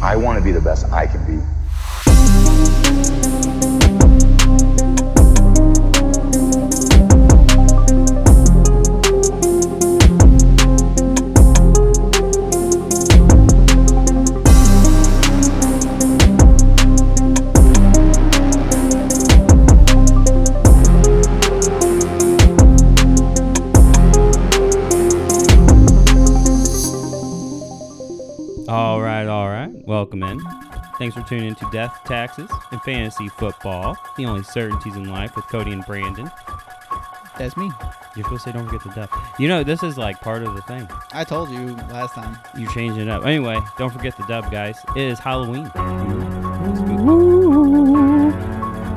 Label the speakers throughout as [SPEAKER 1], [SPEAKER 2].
[SPEAKER 1] I want to be the best I can be.
[SPEAKER 2] All right, all right. Welcome in. Thanks for tuning in to Death, Taxes, and Fantasy Football, the only certainties in life with Cody and Brandon.
[SPEAKER 3] That's me.
[SPEAKER 2] You're supposed to say don't forget the death. You know, this is like part of the thing.
[SPEAKER 3] I told you last time.
[SPEAKER 2] You change it up. Anyway, don't forget the dub, guys. It is Halloween. Spooky.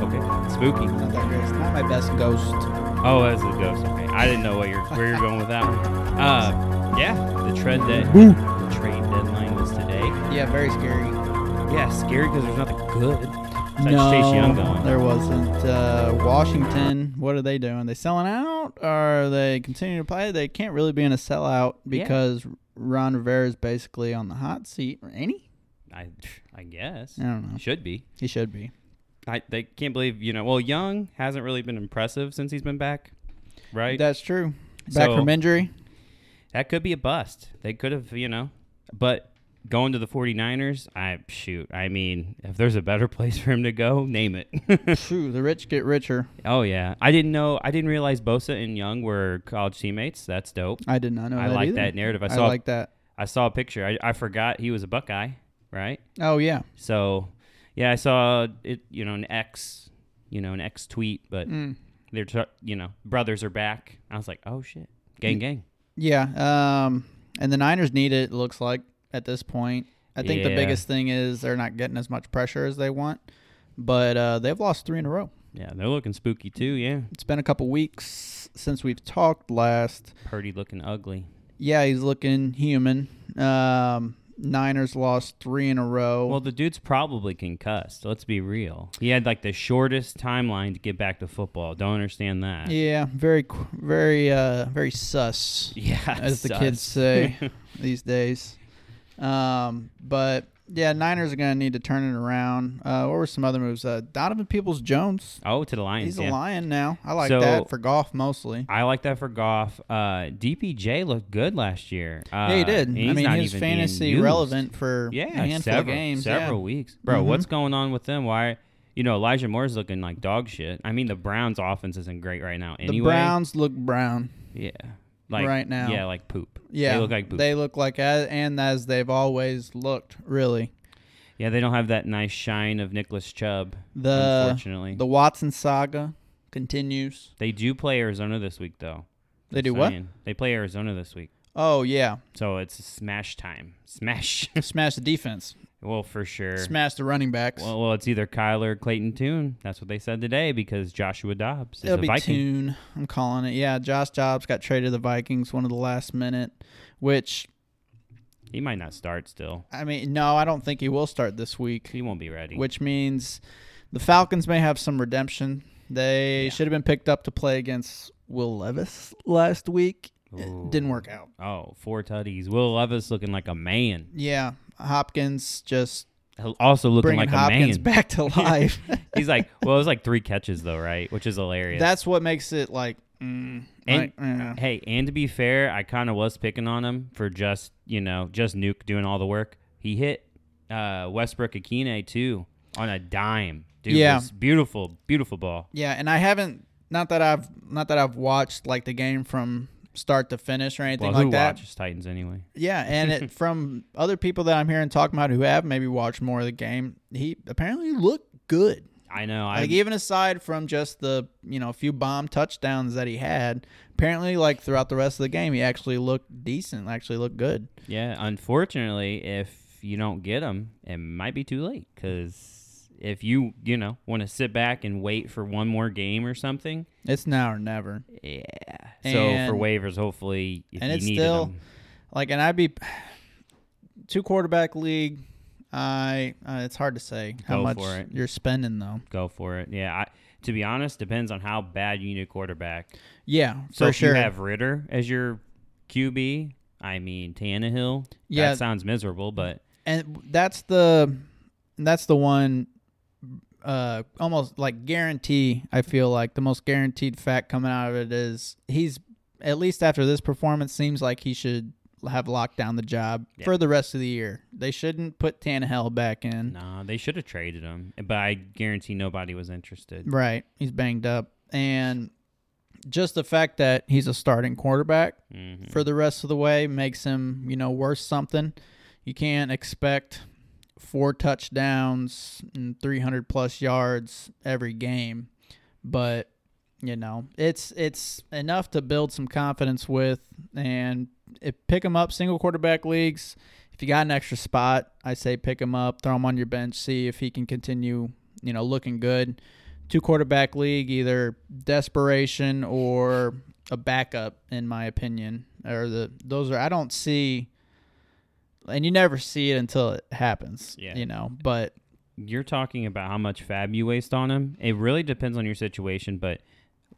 [SPEAKER 2] Okay, spooky.
[SPEAKER 3] Not that great. It's not my best ghost.
[SPEAKER 2] Oh, that's a ghost. Okay, I didn't know what you're, where you're going with that one. Uh, yeah, the tread day. The trade deadline was today.
[SPEAKER 3] Yeah, very scary.
[SPEAKER 2] Yeah, scary because there's nothing good. Besides Chase Young
[SPEAKER 3] No,
[SPEAKER 2] going.
[SPEAKER 3] there wasn't. Uh, Washington, what are they doing? They selling out? Are they continuing to play? They can't really be in a sellout
[SPEAKER 2] Yeah.
[SPEAKER 3] because Ron Rivera is basically on the hot seat. Or any?
[SPEAKER 2] I, I guess.
[SPEAKER 3] I don't know.
[SPEAKER 2] Should be.
[SPEAKER 3] He should be.
[SPEAKER 2] I they can't believe you know. Well, Young hasn't really been impressive since he's been back, right? That,
[SPEAKER 3] That's true. Back
[SPEAKER 2] So-
[SPEAKER 3] from injury.
[SPEAKER 2] could be a bust. They could have you know, but going to the 49ers, I shoot. I mean, if there's a better place for him to go, name it.
[SPEAKER 3] Phew, the rich get richer.
[SPEAKER 2] oh yeah, I didn't know. I didn't realize Bosa and Young were college teammates. That's dope.
[SPEAKER 3] I did not know
[SPEAKER 2] I
[SPEAKER 3] that
[SPEAKER 2] like
[SPEAKER 3] either.
[SPEAKER 2] that narrative. I
[SPEAKER 3] I
[SPEAKER 2] saw-
[SPEAKER 3] like that.
[SPEAKER 2] I saw a picture. I, I forgot he was a Buckeye, right?
[SPEAKER 3] Oh, yeah.
[SPEAKER 2] So, yeah, I saw it. You know, an ex, you know, an ex tweet, but
[SPEAKER 3] Mm.
[SPEAKER 2] they're tr- you know brothers are back. I was like, oh shit,
[SPEAKER 3] Mm.
[SPEAKER 2] gang gang.
[SPEAKER 3] Yeah. Um, and the Niners need it, it looks like, at this point. I think
[SPEAKER 2] Yeah.
[SPEAKER 3] the biggest thing is they're not getting as much pressure as they want, but uh, they've lost three in a row.
[SPEAKER 2] Yeah, they're looking spooky too. Yeah,
[SPEAKER 3] It's been a couple weeks since we've talked last.
[SPEAKER 2] Purdy looking ugly.
[SPEAKER 3] Yeah, he's looking human. Um, Niners lost three in a row.
[SPEAKER 2] Well, the dude's probably concussed. Let's be real. He had like the shortest timeline to get back to football. Don't understand that.
[SPEAKER 3] yeah, very, qu- very, uh, very sus.
[SPEAKER 2] Yeah,
[SPEAKER 3] as the
[SPEAKER 2] sus.
[SPEAKER 3] kids say these days. Um, but yeah, Niners are gonna need to turn it around. Uh, what were some other moves? Uh, Donovan Peoples Jones.
[SPEAKER 2] Oh, to the Lions.
[SPEAKER 3] He's
[SPEAKER 2] yeah.
[SPEAKER 3] a lion now. I like
[SPEAKER 2] So-
[SPEAKER 3] that for golf mostly.
[SPEAKER 2] I like that for Goff. Uh, DPJ looked good last year. Uh,
[SPEAKER 3] yeah, he did. I
[SPEAKER 2] and he's
[SPEAKER 3] mean,
[SPEAKER 2] not
[SPEAKER 3] he was
[SPEAKER 2] even being
[SPEAKER 3] fantasy
[SPEAKER 2] used.
[SPEAKER 3] relevant for
[SPEAKER 2] Yeah,
[SPEAKER 3] a handful
[SPEAKER 2] several,
[SPEAKER 3] of games. yeah. Mm-hmm.
[SPEAKER 2] several weeks, bro. What's going on with them? Why? You know, Elijah Moore's looking like dog shit. I mean, the Browns' offense isn't great right now.
[SPEAKER 3] The
[SPEAKER 2] Anyway,
[SPEAKER 3] Browns look brown.
[SPEAKER 2] yeah, like
[SPEAKER 3] right now.
[SPEAKER 2] yeah, like poop.
[SPEAKER 3] Yeah,
[SPEAKER 2] they look like poop.
[SPEAKER 3] they look like as, and as they've always looked. Really,
[SPEAKER 2] yeah, they don't have that nice shine of Nicholas Chubb.
[SPEAKER 3] the
[SPEAKER 2] unfortunately,
[SPEAKER 3] Uh, the Watson saga continues.
[SPEAKER 2] they do play Arizona this week, though.
[SPEAKER 3] They
[SPEAKER 2] Just
[SPEAKER 3] do what?
[SPEAKER 2] saying. They play Arizona this week,
[SPEAKER 3] Oh yeah,
[SPEAKER 2] so it's smash time. Smash.
[SPEAKER 3] smash the defense,
[SPEAKER 2] well, for sure.
[SPEAKER 3] smash the running backs.
[SPEAKER 2] Well, well, it's either Kyler or Clayton Toon. That's what they said today because Joshua Dobbs is
[SPEAKER 3] It'll
[SPEAKER 2] a
[SPEAKER 3] be
[SPEAKER 2] Viking.
[SPEAKER 3] Tune. I'm calling it. Yeah, Josh Jobs got traded to the Vikings, one of the last minute. Which
[SPEAKER 2] He might not start still.
[SPEAKER 3] I mean, no, I don't think he will start this week.
[SPEAKER 2] He won't be ready.
[SPEAKER 3] Which means the Falcons may have some redemption. They should have been picked up to play against Will Levis last week.
[SPEAKER 2] Ooh.
[SPEAKER 3] It didn't work out.
[SPEAKER 2] Oh, four tutties. Will Levis looking like a man.
[SPEAKER 3] Yeah, Hopkins just
[SPEAKER 2] Also looking
[SPEAKER 3] bringing
[SPEAKER 2] like
[SPEAKER 3] Hopkins
[SPEAKER 2] a man.
[SPEAKER 3] back to life.
[SPEAKER 2] He's like, well, it was like three catches though, right? Which is hilarious.
[SPEAKER 3] That's what makes it like. Mm,
[SPEAKER 2] and
[SPEAKER 3] like, yeah.
[SPEAKER 2] hey, and to be fair, I kind of was picking on him for just you know just Nuke doing all the work. He hit uh, Westbrook Akine too on a dime. Dude,
[SPEAKER 3] Yeah.
[SPEAKER 2] was beautiful, beautiful ball.
[SPEAKER 3] Yeah, and I haven't not that I've not that I've watched like the game from start to finish or anything
[SPEAKER 2] Well,
[SPEAKER 3] like
[SPEAKER 2] who
[SPEAKER 3] that.
[SPEAKER 2] watches Titans anyway?
[SPEAKER 3] Yeah, and it from other people that I'm hearing talking about who have maybe watched more of the game, he apparently looked good.
[SPEAKER 2] I know.
[SPEAKER 3] Like
[SPEAKER 2] I
[SPEAKER 3] even aside from just the you know few bomb touchdowns that he had, apparently like throughout the rest of the game he actually looked decent, actually looked good.
[SPEAKER 2] yeah. Unfortunately, if you don't get him, it might be too late. Because if you you know want to sit back and wait for one more game or something,
[SPEAKER 3] It's now or never.
[SPEAKER 2] Yeah. so
[SPEAKER 3] And-
[SPEAKER 2] for waivers, hopefully, if
[SPEAKER 3] and
[SPEAKER 2] you
[SPEAKER 3] it's
[SPEAKER 2] needed
[SPEAKER 3] still-
[SPEAKER 2] them.
[SPEAKER 3] Like, and I'd be two quarterback league. I uh, it's hard to say how
[SPEAKER 2] Go
[SPEAKER 3] much
[SPEAKER 2] for it.
[SPEAKER 3] you're spending though.
[SPEAKER 2] Go for it. Yeah. I, to be honest, depends on how bad you need a quarterback.
[SPEAKER 3] Yeah,
[SPEAKER 2] So
[SPEAKER 3] for
[SPEAKER 2] if
[SPEAKER 3] sure.
[SPEAKER 2] you have Ritter as your QB, I mean Tannehill.
[SPEAKER 3] Yeah.
[SPEAKER 2] That sounds miserable, but
[SPEAKER 3] and that's the that's the one uh almost like guarantee i feel like the most guaranteed fact coming out of it is he's at least after this performance seems like he should have locked down the job
[SPEAKER 2] Yeah.
[SPEAKER 3] for the rest of the year they shouldn't put Tannehill back in
[SPEAKER 2] nah, they should have traded him. But I guarantee nobody was interested.
[SPEAKER 3] right he's banged up and just the fact that he's a starting quarterback
[SPEAKER 2] Mhm.
[SPEAKER 3] for the rest of the way makes him, you know, worth something. You can't expect four touchdowns and 300 plus yards every game, but you know, it's it's enough to build some confidence with and it, pick him up single quarterback leagues. If you got an extra spot, I say pick him up, throw him on your bench, see if he can continue, you know, looking good. Two quarterback league, either desperation or a backup, in my opinion. Or the those are I don't see, and you never see it until it happens.
[SPEAKER 2] Yeah.
[SPEAKER 3] you know. But
[SPEAKER 2] You're talking about how much fab you waste on him. It really depends on your situation, but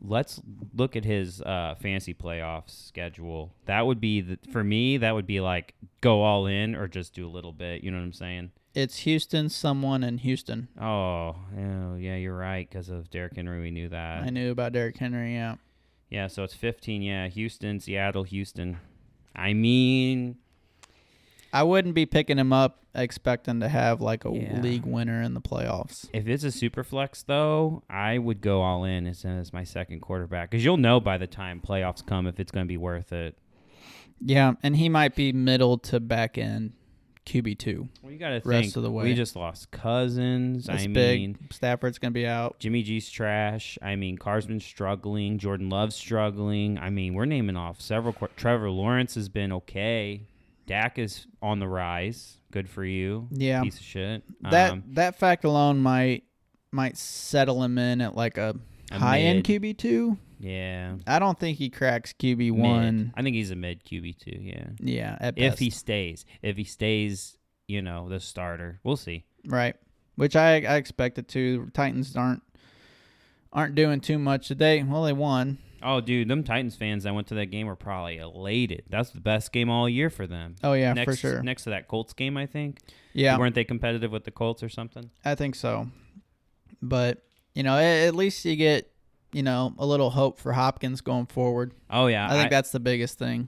[SPEAKER 2] let's look at his uh, fantasy playoff schedule. That would be the, for me. That would be like go all in or just do a little bit. You know what I'm saying?
[SPEAKER 3] it's Houston, someone in Houston.
[SPEAKER 2] Oh, oh yeah, you're right because of Derrick Henry. We knew that.
[SPEAKER 3] I knew about Derrick Henry. Yeah,
[SPEAKER 2] Yeah, so it's 15. Yeah, Houston, Seattle, Houston. I mean,
[SPEAKER 3] I wouldn't be picking him up expecting to have like a
[SPEAKER 2] Yeah.
[SPEAKER 3] league winner in the playoffs.
[SPEAKER 2] if it's a super flex, though, I would go all in as, as my second quarterback because you'll know by the time playoffs come if it's going to be worth it.
[SPEAKER 3] Yeah, and he might be middle to back end QB two.
[SPEAKER 2] Well, you got to think.
[SPEAKER 3] Rest of the way.
[SPEAKER 2] We just lost Cousins.
[SPEAKER 3] That's
[SPEAKER 2] I mean,
[SPEAKER 3] big. Stafford's gonna be out.
[SPEAKER 2] Jimmy G's trash. I mean, Carr's been struggling. Jordan Love's struggling. I mean, we're naming off several. Qu- Trevor Lawrence has been okay. Dak is on the rise. Good for you.
[SPEAKER 3] Yeah.
[SPEAKER 2] Piece of shit.
[SPEAKER 3] That
[SPEAKER 2] um,
[SPEAKER 3] that fact alone might might settle him in at like a,
[SPEAKER 2] A
[SPEAKER 3] high end
[SPEAKER 2] mid.
[SPEAKER 3] QB two.
[SPEAKER 2] yeah.
[SPEAKER 3] I don't think he cracks QB
[SPEAKER 2] Mid.
[SPEAKER 3] one.
[SPEAKER 2] I think he's a mid QB too. Yeah.
[SPEAKER 3] Yeah, at
[SPEAKER 2] If
[SPEAKER 3] best.
[SPEAKER 2] he stays, if he stays, you know, the starter, we'll see.
[SPEAKER 3] right, which I I expect it to. Titans aren't aren't doing too much today. Well, they won.
[SPEAKER 2] Oh, dude, them Titans fans that went to that game were probably elated. That's the best game all year for them.
[SPEAKER 3] Oh yeah,
[SPEAKER 2] next,
[SPEAKER 3] for sure.
[SPEAKER 2] Next to that Colts game, I think.
[SPEAKER 3] yeah,
[SPEAKER 2] Weren't they competitive with the Colts or something?
[SPEAKER 3] I think so. But you know, a- at least you get you know a little hope for Hopkins going forward.
[SPEAKER 2] Oh yeah,
[SPEAKER 3] I think that's the biggest thing.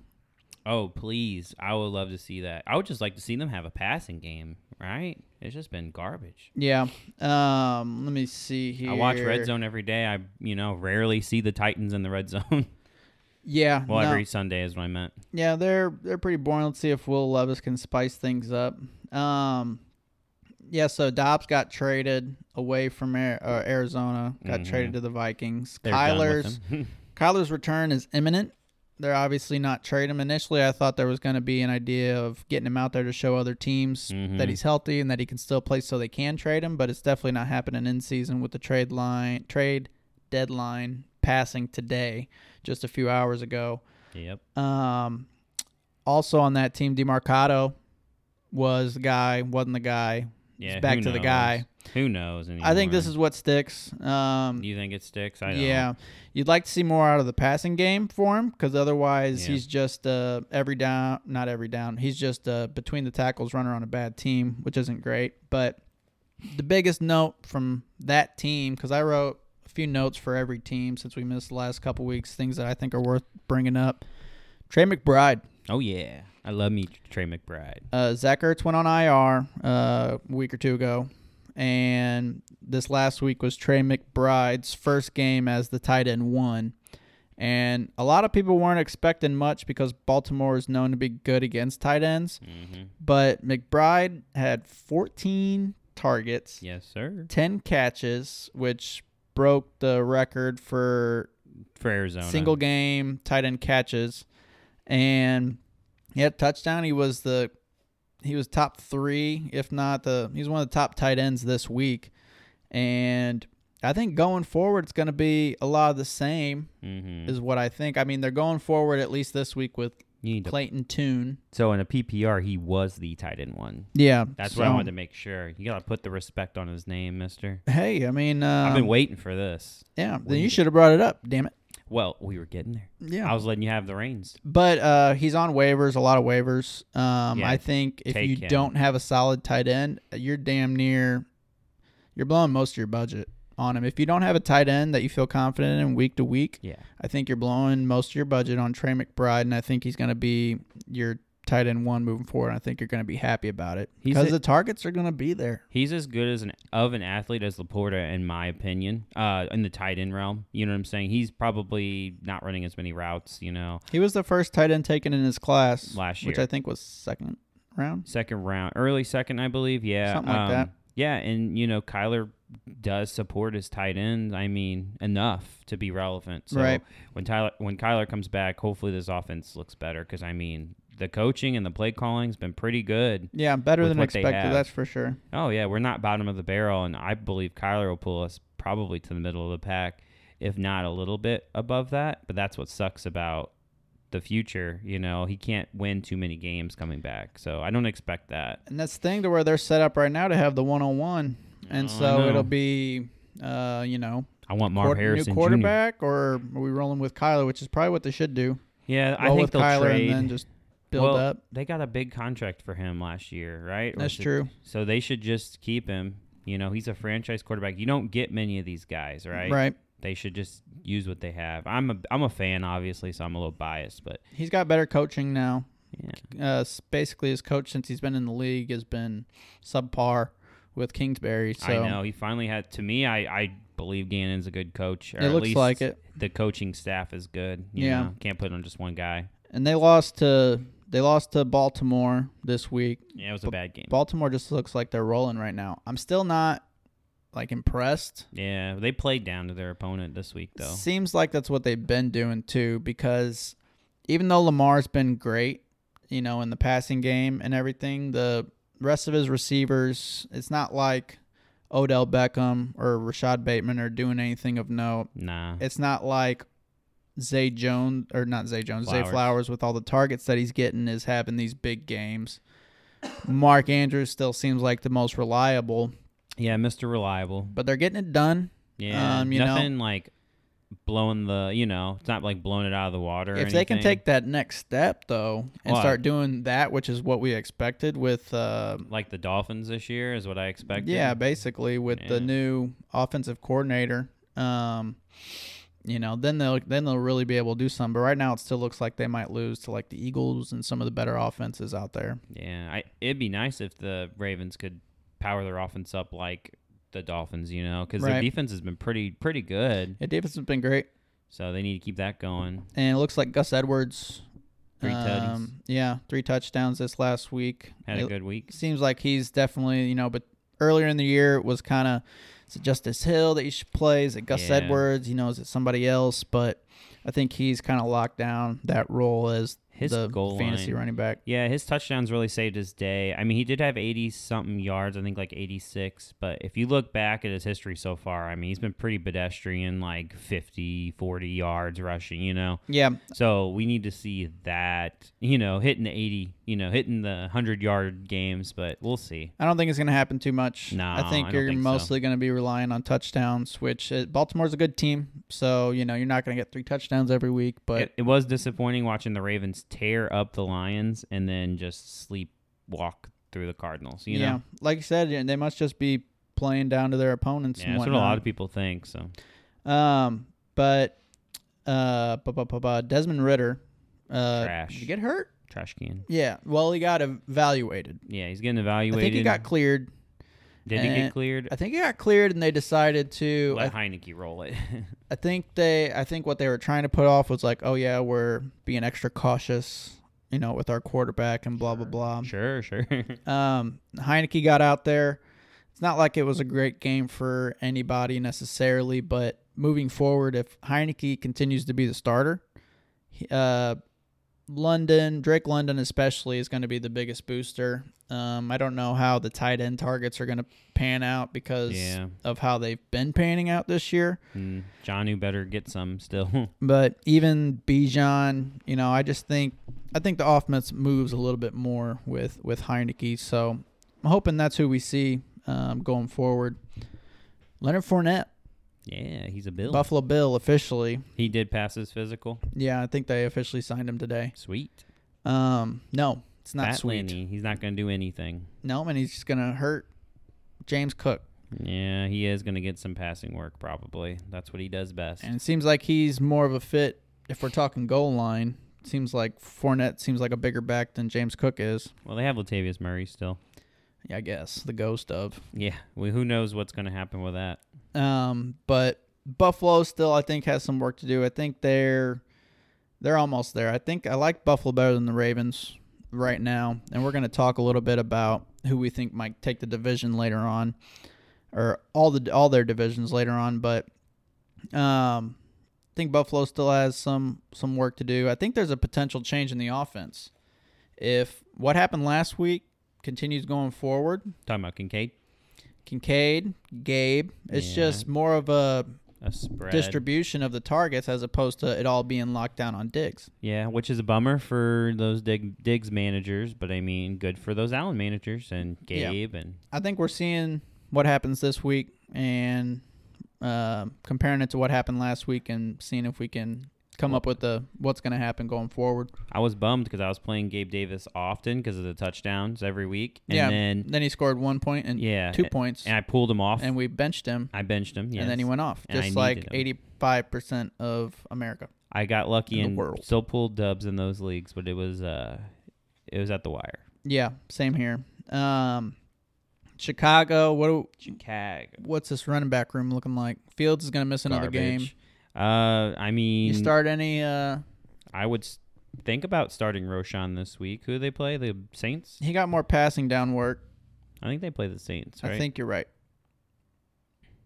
[SPEAKER 2] Oh please, I would love to see that. I would just like to see them have a passing game, right? It's just been garbage.
[SPEAKER 3] Yeah. Um. Let me see here.
[SPEAKER 2] I watch Red Zone every day. I you know rarely see the Titans in the Red Zone.
[SPEAKER 3] Yeah.
[SPEAKER 2] well,
[SPEAKER 3] no.
[SPEAKER 2] every Sunday is what I meant.
[SPEAKER 3] Yeah, they're they're pretty boring. Let's see if Will Levis can spice things up. Um, yeah, so Dobbs got traded away from Ar- uh, Arizona, got
[SPEAKER 2] Mhm.
[SPEAKER 3] traded to the Vikings.
[SPEAKER 2] They're done with
[SPEAKER 3] Kyler's
[SPEAKER 2] them.
[SPEAKER 3] Kyler's return is imminent. They're obviously not trading him. Initially, I thought there was going to be an idea of getting him out there to show other teams that
[SPEAKER 2] Mhm.
[SPEAKER 3] he's healthy and that he can still play, so they can trade him. But it's definitely not happening in season with the trade line trade deadline passing today, just a few hours ago.
[SPEAKER 2] yep.
[SPEAKER 3] Um, also on that team, Demarcado was the guy, wasn't the guy.
[SPEAKER 2] Yeah. who
[SPEAKER 3] back to the
[SPEAKER 2] knows?
[SPEAKER 3] guy.
[SPEAKER 2] Who knows?
[SPEAKER 3] I think this
[SPEAKER 2] anymore?
[SPEAKER 3] is what sticks. Um,
[SPEAKER 2] You think it sticks? I don't.
[SPEAKER 3] yeah, you'd like to see more out of the passing game for him because otherwise
[SPEAKER 2] Yeah.
[SPEAKER 3] he's just uh, every down, not every down. He's just uh, between the tackles runner on a bad team, which isn't great. But the biggest note from that team because I wrote a few notes for every team since we missed the last couple weeks, things that I think are worth bringing up. Trey McBride.
[SPEAKER 2] Oh yeah. I love me Trey McBride.
[SPEAKER 3] Uh, Zach Ertz went on IR uh, a week or two ago, and this last week was Trey McBride's first game as the tight end one. And a lot of people weren't expecting much because Baltimore is known to be good against tight ends,
[SPEAKER 2] hmm
[SPEAKER 3] but McBride had 14 targets,
[SPEAKER 2] Yes, sir.
[SPEAKER 3] 10 catches, which broke the record for
[SPEAKER 2] For Arizona.
[SPEAKER 3] single game tight end catches, and he had a touchdown. He was the he was top three, if not the he's one of the top tight ends this week, and I think going forward it's going to be a lot of the same
[SPEAKER 2] hmm
[SPEAKER 3] is what I think. I mean they're going forward at least this week with
[SPEAKER 2] You need to.
[SPEAKER 3] Clayton Toon.
[SPEAKER 2] So in a PPR, he was the tight end one.
[SPEAKER 3] Yeah,
[SPEAKER 2] That's what I wanted
[SPEAKER 3] so-
[SPEAKER 2] to make sure. You gotta put the respect on his name, Mister.
[SPEAKER 3] Hey, I mean, uh,
[SPEAKER 2] I've been waiting for this.
[SPEAKER 3] yeah. Then you should have brought it up. Damn it.
[SPEAKER 2] Well, we were getting there.
[SPEAKER 3] Yeah.
[SPEAKER 2] I was letting you have the reins.
[SPEAKER 3] But uh, he's on waivers, a lot of waivers. Um,
[SPEAKER 2] Yeah,
[SPEAKER 3] I think if
[SPEAKER 2] take
[SPEAKER 3] you
[SPEAKER 2] him.
[SPEAKER 3] don't have a solid tight end, you're damn near you're blowing most of your budget on him. If you don't have a tight end that you feel confident in week to week,
[SPEAKER 2] Yeah.
[SPEAKER 3] I think you're blowing most of your budget on Trey McBride, and I think he's going to be your tight end one moving forward. And I think you're going to be happy about it
[SPEAKER 2] He's
[SPEAKER 3] because
[SPEAKER 2] a-
[SPEAKER 3] the targets are going to be there.
[SPEAKER 2] He's as good as an of an athlete as Laporta, in my opinion. Uh, in the tight end realm, you know what I'm saying. He's probably not running as many routes. You know,
[SPEAKER 3] He was the first tight end taken in his class
[SPEAKER 2] Last
[SPEAKER 3] which
[SPEAKER 2] year.
[SPEAKER 3] I think was second round.
[SPEAKER 2] second round, early second, I believe. Yeah, um,
[SPEAKER 3] Something like that.
[SPEAKER 2] Yeah, and you know, Kyler does support his tight end. I mean, enough to be relevant. So
[SPEAKER 3] Right.
[SPEAKER 2] when Tyler when Kyler comes back, hopefully this offense looks better. Because I mean, the coaching and the play calling's been pretty good.
[SPEAKER 3] Yeah, better
[SPEAKER 2] With
[SPEAKER 3] than
[SPEAKER 2] what they
[SPEAKER 3] expected.
[SPEAKER 2] have.
[SPEAKER 3] That's for sure.
[SPEAKER 2] Oh yeah, we're not bottom of the barrel, and I believe Kyler will pull us probably to the middle of the pack, if not a little bit above that. But that's what sucks about the future. You know, he can't win too many games coming back, so I don't expect that.
[SPEAKER 3] And that's the thing to where they're set up right now to have the one on one, and
[SPEAKER 2] Oh, I
[SPEAKER 3] so
[SPEAKER 2] know.
[SPEAKER 3] it'll be, uh, you know,
[SPEAKER 2] I want Marv
[SPEAKER 3] quar-
[SPEAKER 2] Harrison
[SPEAKER 3] new
[SPEAKER 2] Jr.
[SPEAKER 3] quarterback, or are we rolling with Kyler, which is probably what they should do.
[SPEAKER 2] Yeah, I
[SPEAKER 3] Roll
[SPEAKER 2] think
[SPEAKER 3] with
[SPEAKER 2] they'll
[SPEAKER 3] Kyler
[SPEAKER 2] trade.
[SPEAKER 3] and then just build
[SPEAKER 2] well,
[SPEAKER 3] up.
[SPEAKER 2] They got a big contract for him last year, right? Or
[SPEAKER 3] That's
[SPEAKER 2] is it-
[SPEAKER 3] true.
[SPEAKER 2] So they should just keep him. You know, he's a franchise quarterback. You don't get many of these guys, right?
[SPEAKER 3] Right.
[SPEAKER 2] They should just use what they have. I'm a I'm a fan, obviously, so I'm a little biased, but
[SPEAKER 3] He's got better coaching now.
[SPEAKER 2] yeah.
[SPEAKER 3] Uh, s- basically, his coach since he's been in the league has been subpar with Kingsbury. So
[SPEAKER 2] I know he finally had. To me, I I believe Gannon's a good coach. Or
[SPEAKER 3] It
[SPEAKER 2] at
[SPEAKER 3] looks
[SPEAKER 2] least
[SPEAKER 3] like it.
[SPEAKER 2] The coaching staff is good. You
[SPEAKER 3] Yeah.
[SPEAKER 2] know? can't put it on just one guy.
[SPEAKER 3] and they lost to they lost to Baltimore this week.
[SPEAKER 2] Yeah, it was a
[SPEAKER 3] B-
[SPEAKER 2] bad game.
[SPEAKER 3] Baltimore just looks like they're rolling right now. I'm still not like impressed.
[SPEAKER 2] yeah, they played down to their opponent this week though.
[SPEAKER 3] Seems like that's what they've been doing too, because even though Lamar's been great, you know, in the passing game and everything, the rest of his receivers, it's not like Odell Beckham or Rashad Bateman are doing anything of note.
[SPEAKER 2] Nah,
[SPEAKER 3] It's not like Zay Jones or not Zay Jones, Zay
[SPEAKER 2] Flowers.
[SPEAKER 3] Flowers with all the targets that he's getting is having these big games. Mark Andrews still seems like the most reliable,
[SPEAKER 2] yeah, Mr. Reliable.
[SPEAKER 3] but they're getting it done.
[SPEAKER 2] Yeah,
[SPEAKER 3] Um, you know-
[SPEAKER 2] nothing like blowing the. You know, it's not like blowing it out of the water. or
[SPEAKER 3] if they can
[SPEAKER 2] anything.
[SPEAKER 3] take that next step though and
[SPEAKER 2] Well, I-
[SPEAKER 3] start doing that which is what we expected with uh
[SPEAKER 2] like the Dolphins this year is what I expected.
[SPEAKER 3] yeah basically with
[SPEAKER 2] Yeah.
[SPEAKER 3] the new offensive coordinator um you know then they'll then they'll really be able to do something but right now it still looks like they might lose to like the eagles and some of the better offenses out there
[SPEAKER 2] yeah. I, it'd be nice if the Ravens could power their offense up like the Dolphins. You know, because
[SPEAKER 3] Right.
[SPEAKER 2] their defense has been pretty pretty good.
[SPEAKER 3] yeah davis has been great
[SPEAKER 2] So they need to keep that going.
[SPEAKER 3] and it looks like gus edwards um,
[SPEAKER 2] Three tutties.
[SPEAKER 3] yeah three touchdowns this last week
[SPEAKER 2] Had
[SPEAKER 3] It-
[SPEAKER 2] a good week.
[SPEAKER 3] seems like he's definitely you know but earlier in the year it was kind of is it justice hill that you should play is it gus
[SPEAKER 2] Yeah.
[SPEAKER 3] edwards you know is it somebody else but i think he's kind of locked down that role as
[SPEAKER 2] His
[SPEAKER 3] the
[SPEAKER 2] goal
[SPEAKER 3] fantasy
[SPEAKER 2] line.
[SPEAKER 3] running back
[SPEAKER 2] Yeah, his touchdowns really saved his day. I mean, he did have 80 something yards, I think like 86, but if you look back at his history so far, I mean, he's been pretty pedestrian like 50, 40 yards rushing, you know.
[SPEAKER 3] yeah
[SPEAKER 2] So, we need to see that, you know, hitting the 80, you know, hitting the 100-yard games, but we'll see.
[SPEAKER 3] i don't think it's going to happen too much
[SPEAKER 2] No,
[SPEAKER 3] i think
[SPEAKER 2] I don't
[SPEAKER 3] you're
[SPEAKER 2] think so.
[SPEAKER 3] mostly going to be relying on touchdowns which uh, baltimore's a good team so you know you're not going to get three touchdowns every week but
[SPEAKER 2] It, it was disappointing watching the Ravens tear up the Lions and then just sleepwalk through the Cardinals, you
[SPEAKER 3] yeah
[SPEAKER 2] know.
[SPEAKER 3] like you said yeah, they must just be playing down to their opponents
[SPEAKER 2] Yeah,
[SPEAKER 3] and
[SPEAKER 2] that's what a
[SPEAKER 3] whatnot.
[SPEAKER 2] lot of people think, so.
[SPEAKER 3] Um, but uh, ba- ba- ba- ba- Desmond Ritter, uh,
[SPEAKER 2] Trash.
[SPEAKER 3] did he get hurt?
[SPEAKER 2] Trash can.
[SPEAKER 3] Yeah. Well, he got evaluated.
[SPEAKER 2] Yeah, he's getting
[SPEAKER 3] I
[SPEAKER 2] evaluated.
[SPEAKER 3] think he got cleared.
[SPEAKER 2] Did he
[SPEAKER 3] eh,
[SPEAKER 2] get cleared?
[SPEAKER 3] I think he got cleared, and they decided to.
[SPEAKER 2] Let
[SPEAKER 3] I,
[SPEAKER 2] Heineke roll it.
[SPEAKER 3] I think they. I think what they were trying to put off was like, oh yeah, we're being extra cautious, you know, with our quarterback and blah blah blah.
[SPEAKER 2] sure, sure.
[SPEAKER 3] Um, Heineke got out there. It's not like it was a great game for anybody necessarily, but moving forward, if Heineke continues to be the starter, he- uh, London, Drake London especially, is going to be the biggest booster. Um, I don't know how the tight end targets are going to pan out because
[SPEAKER 2] Yeah.
[SPEAKER 3] of how they've been panning out this year.
[SPEAKER 2] mm, Johnu better get some still.
[SPEAKER 3] But even Bijan, you know, I just think I think the offense moves a little bit more with with Heineke. So I'm hoping that's who we see um, going forward. Leonard Fournette,
[SPEAKER 2] Yeah, he's a Bill.
[SPEAKER 3] Buffalo Bill, officially.
[SPEAKER 2] He did pass his physical.
[SPEAKER 3] Yeah, I think they officially signed him today.
[SPEAKER 2] Sweet.
[SPEAKER 3] Um, no, it's not
[SPEAKER 2] Fat
[SPEAKER 3] sweet.
[SPEAKER 2] Lenny, He's not going to do anything.
[SPEAKER 3] No, and he's just gonna hurt James Cook.
[SPEAKER 2] Yeah, he is going to get some passing work probably. That's what he does best.
[SPEAKER 3] And it seems like he's more of a fit if we're talking goal line. Seems like Fournette seems like a bigger back than James Cook is.
[SPEAKER 2] well, they have Latavius Murray still.
[SPEAKER 3] Yeah, I guess the ghost of.
[SPEAKER 2] Yeah. Well, who knows what's going to happen with that?
[SPEAKER 3] Um, but Buffalo still, I think, has some work to do. I think they're they're almost there. I think I like Buffalo better than the Ravens right now, and we're going to talk a little bit about who we think might take the division later on, or all the all their divisions later on. But um, I think Buffalo still has some some work to do. I think there's a potential change in the offense if what happened last week continues going forward.
[SPEAKER 2] Talking about Kincaid,
[SPEAKER 3] Kincaid, Gabe. It's
[SPEAKER 2] Yeah.
[SPEAKER 3] just more of a
[SPEAKER 2] a spread.
[SPEAKER 3] distribution of the targets as opposed to it all being locked down on Diggs.
[SPEAKER 2] yeah, which is a bummer for those Dig- Diggs managers, but I mean, good for those Allen managers and
[SPEAKER 3] Yeah.
[SPEAKER 2] Gabe and
[SPEAKER 3] I think we're seeing what happens this week and uh, comparing it to what happened last week and seeing if we can come up with the what's going to happen going forward.
[SPEAKER 2] I was bummed because I was playing Gabe Davis often because of the touchdowns every week, and
[SPEAKER 3] yeah.
[SPEAKER 2] then
[SPEAKER 3] he scored one point and
[SPEAKER 2] yeah,
[SPEAKER 3] two
[SPEAKER 2] a-
[SPEAKER 3] points,
[SPEAKER 2] and
[SPEAKER 3] and,
[SPEAKER 2] I pulled him off.
[SPEAKER 3] we benched him,
[SPEAKER 2] I benched him, yes.
[SPEAKER 3] and then he went off,
[SPEAKER 2] And I
[SPEAKER 3] just like
[SPEAKER 2] needed him.
[SPEAKER 3] eighty-five percent of America.
[SPEAKER 2] I got lucky
[SPEAKER 3] in the
[SPEAKER 2] and
[SPEAKER 3] world.
[SPEAKER 2] still pulled dubs in those leagues, but it was uh, it was at the wire.
[SPEAKER 3] Yeah, same here. Um, Chicago, what do,
[SPEAKER 2] Chicago.
[SPEAKER 3] what's this running back room looking like? Fields is going to miss another game.
[SPEAKER 2] Uh, I mean,
[SPEAKER 3] You start any? Uh,
[SPEAKER 2] I would s- think about starting Roshan this week. Who do they play? The Saints.
[SPEAKER 3] he got more passing down work.
[SPEAKER 2] I think they play the Saints, right?
[SPEAKER 3] I think you're right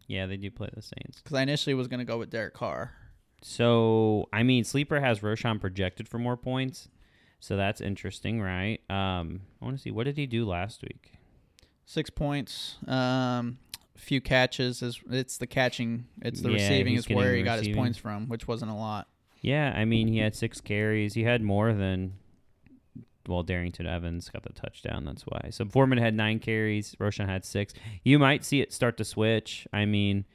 [SPEAKER 2] Yeah, they do play the Saints.
[SPEAKER 3] because I initially was going to go with Derek Carr.
[SPEAKER 2] So I mean, sleeper has Roshan projected for more points, so that's interesting, right? Um, I want to see what did he do last week.
[SPEAKER 3] Six points, um, few catches. Is it's the catching? It's the
[SPEAKER 2] Yeah,
[SPEAKER 3] receiving
[SPEAKER 2] he's
[SPEAKER 3] is where
[SPEAKER 2] getting
[SPEAKER 3] he got his
[SPEAKER 2] receiving.
[SPEAKER 3] points from, which wasn't a lot.
[SPEAKER 2] Yeah, I mean, he had six carries. He had more than. Well, Darrington Evans got the touchdown. That's why. So Foreman had nine carries. Roshan had six. You might see it start to switch. I mean,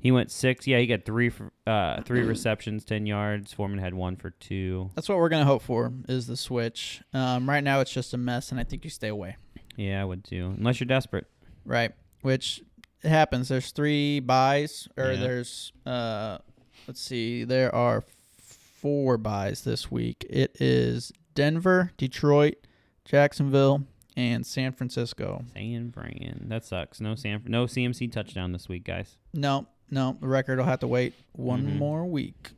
[SPEAKER 2] he went six. Yeah, he got three for uh, three receptions, ten yards. Foreman had one for two.
[SPEAKER 3] That's what we're going to hope for is the switch. Um, right now it's just a mess, and I think you stay away.
[SPEAKER 2] Yeah, I would too, unless you're desperate.
[SPEAKER 3] Right, which it happens. There's three buys, or
[SPEAKER 2] Yeah.
[SPEAKER 3] there's uh, let's see, there are four buys this week. It is Denver, Detroit, Jacksonville, and San Francisco.
[SPEAKER 2] San Fran. That sucks. No San. No CMC touchdown this week, guys.
[SPEAKER 3] No, no, the record will have to wait one
[SPEAKER 2] Mhm.
[SPEAKER 3] more week.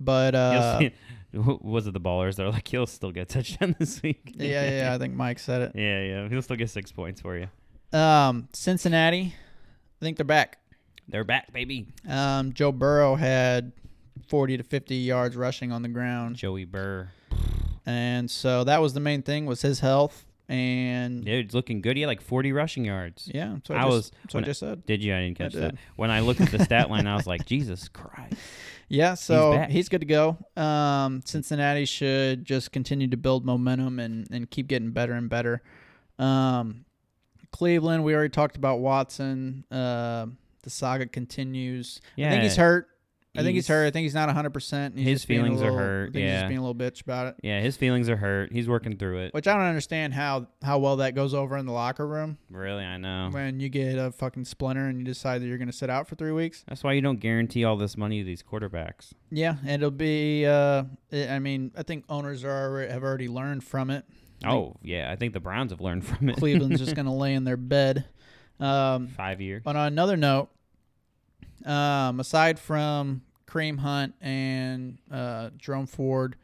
[SPEAKER 3] But
[SPEAKER 2] You'll
[SPEAKER 3] uh, yeah,
[SPEAKER 2] see- was it the ballers? They're like, he'll still get touchdown this week.
[SPEAKER 3] yeah, yeah, I think Mike said
[SPEAKER 2] yeah, yeah. He'll still get six points for you.
[SPEAKER 3] it. Um, Cincinnati, I think they're back.
[SPEAKER 2] They're back, baby.
[SPEAKER 3] Um, Joe Burrow had forty to fifty yards rushing on the ground.
[SPEAKER 2] Joey Burr.
[SPEAKER 3] and so that was the main thing was his health and yeah,
[SPEAKER 2] Dude, it's looking good. He had like 40 rushing yards.
[SPEAKER 3] so
[SPEAKER 2] I
[SPEAKER 3] I, just,
[SPEAKER 2] was-
[SPEAKER 3] that's what
[SPEAKER 2] when
[SPEAKER 3] I just said
[SPEAKER 2] Did you? I didn't
[SPEAKER 3] I
[SPEAKER 2] catch
[SPEAKER 3] did.
[SPEAKER 2] that. When I looked at the stat line, I was like, Jesus Christ.
[SPEAKER 3] yeah so
[SPEAKER 2] back.
[SPEAKER 3] he's, good to go um, Cincinnati should just continue to build momentum and and keep getting better and better um, Cleveland we already talked about Watson uh, the saga continues I think he's
[SPEAKER 2] Yeah.
[SPEAKER 3] hurt I think he's
[SPEAKER 2] He's-
[SPEAKER 3] hurt I think he's not 100% and he's
[SPEAKER 2] his
[SPEAKER 3] just being a
[SPEAKER 2] feelings are
[SPEAKER 3] little-
[SPEAKER 2] hurt,
[SPEAKER 3] I think he's
[SPEAKER 2] yeah.
[SPEAKER 3] just being a little bitch about it
[SPEAKER 2] Yeah, his feelings are hurt. He's working through it.
[SPEAKER 3] which I don't understand how how well that goes over in the locker room
[SPEAKER 2] Really, I know.
[SPEAKER 3] when you get a fucking splinter and you decide that you're going to sit out for three weeks.
[SPEAKER 2] That's why you don't guarantee all this money to these quarterbacks.
[SPEAKER 3] Yeah, and it'll be. Uh, I I mean, I think owners are alre- have already learned from it. I think
[SPEAKER 2] Oh, yeah. I think the Browns have learned from it.
[SPEAKER 3] Cleveland's just going to lay in their bed. Um,
[SPEAKER 2] Five years.
[SPEAKER 3] but on another note, um, aside from Cream Hunt and uh, Jerome Ford,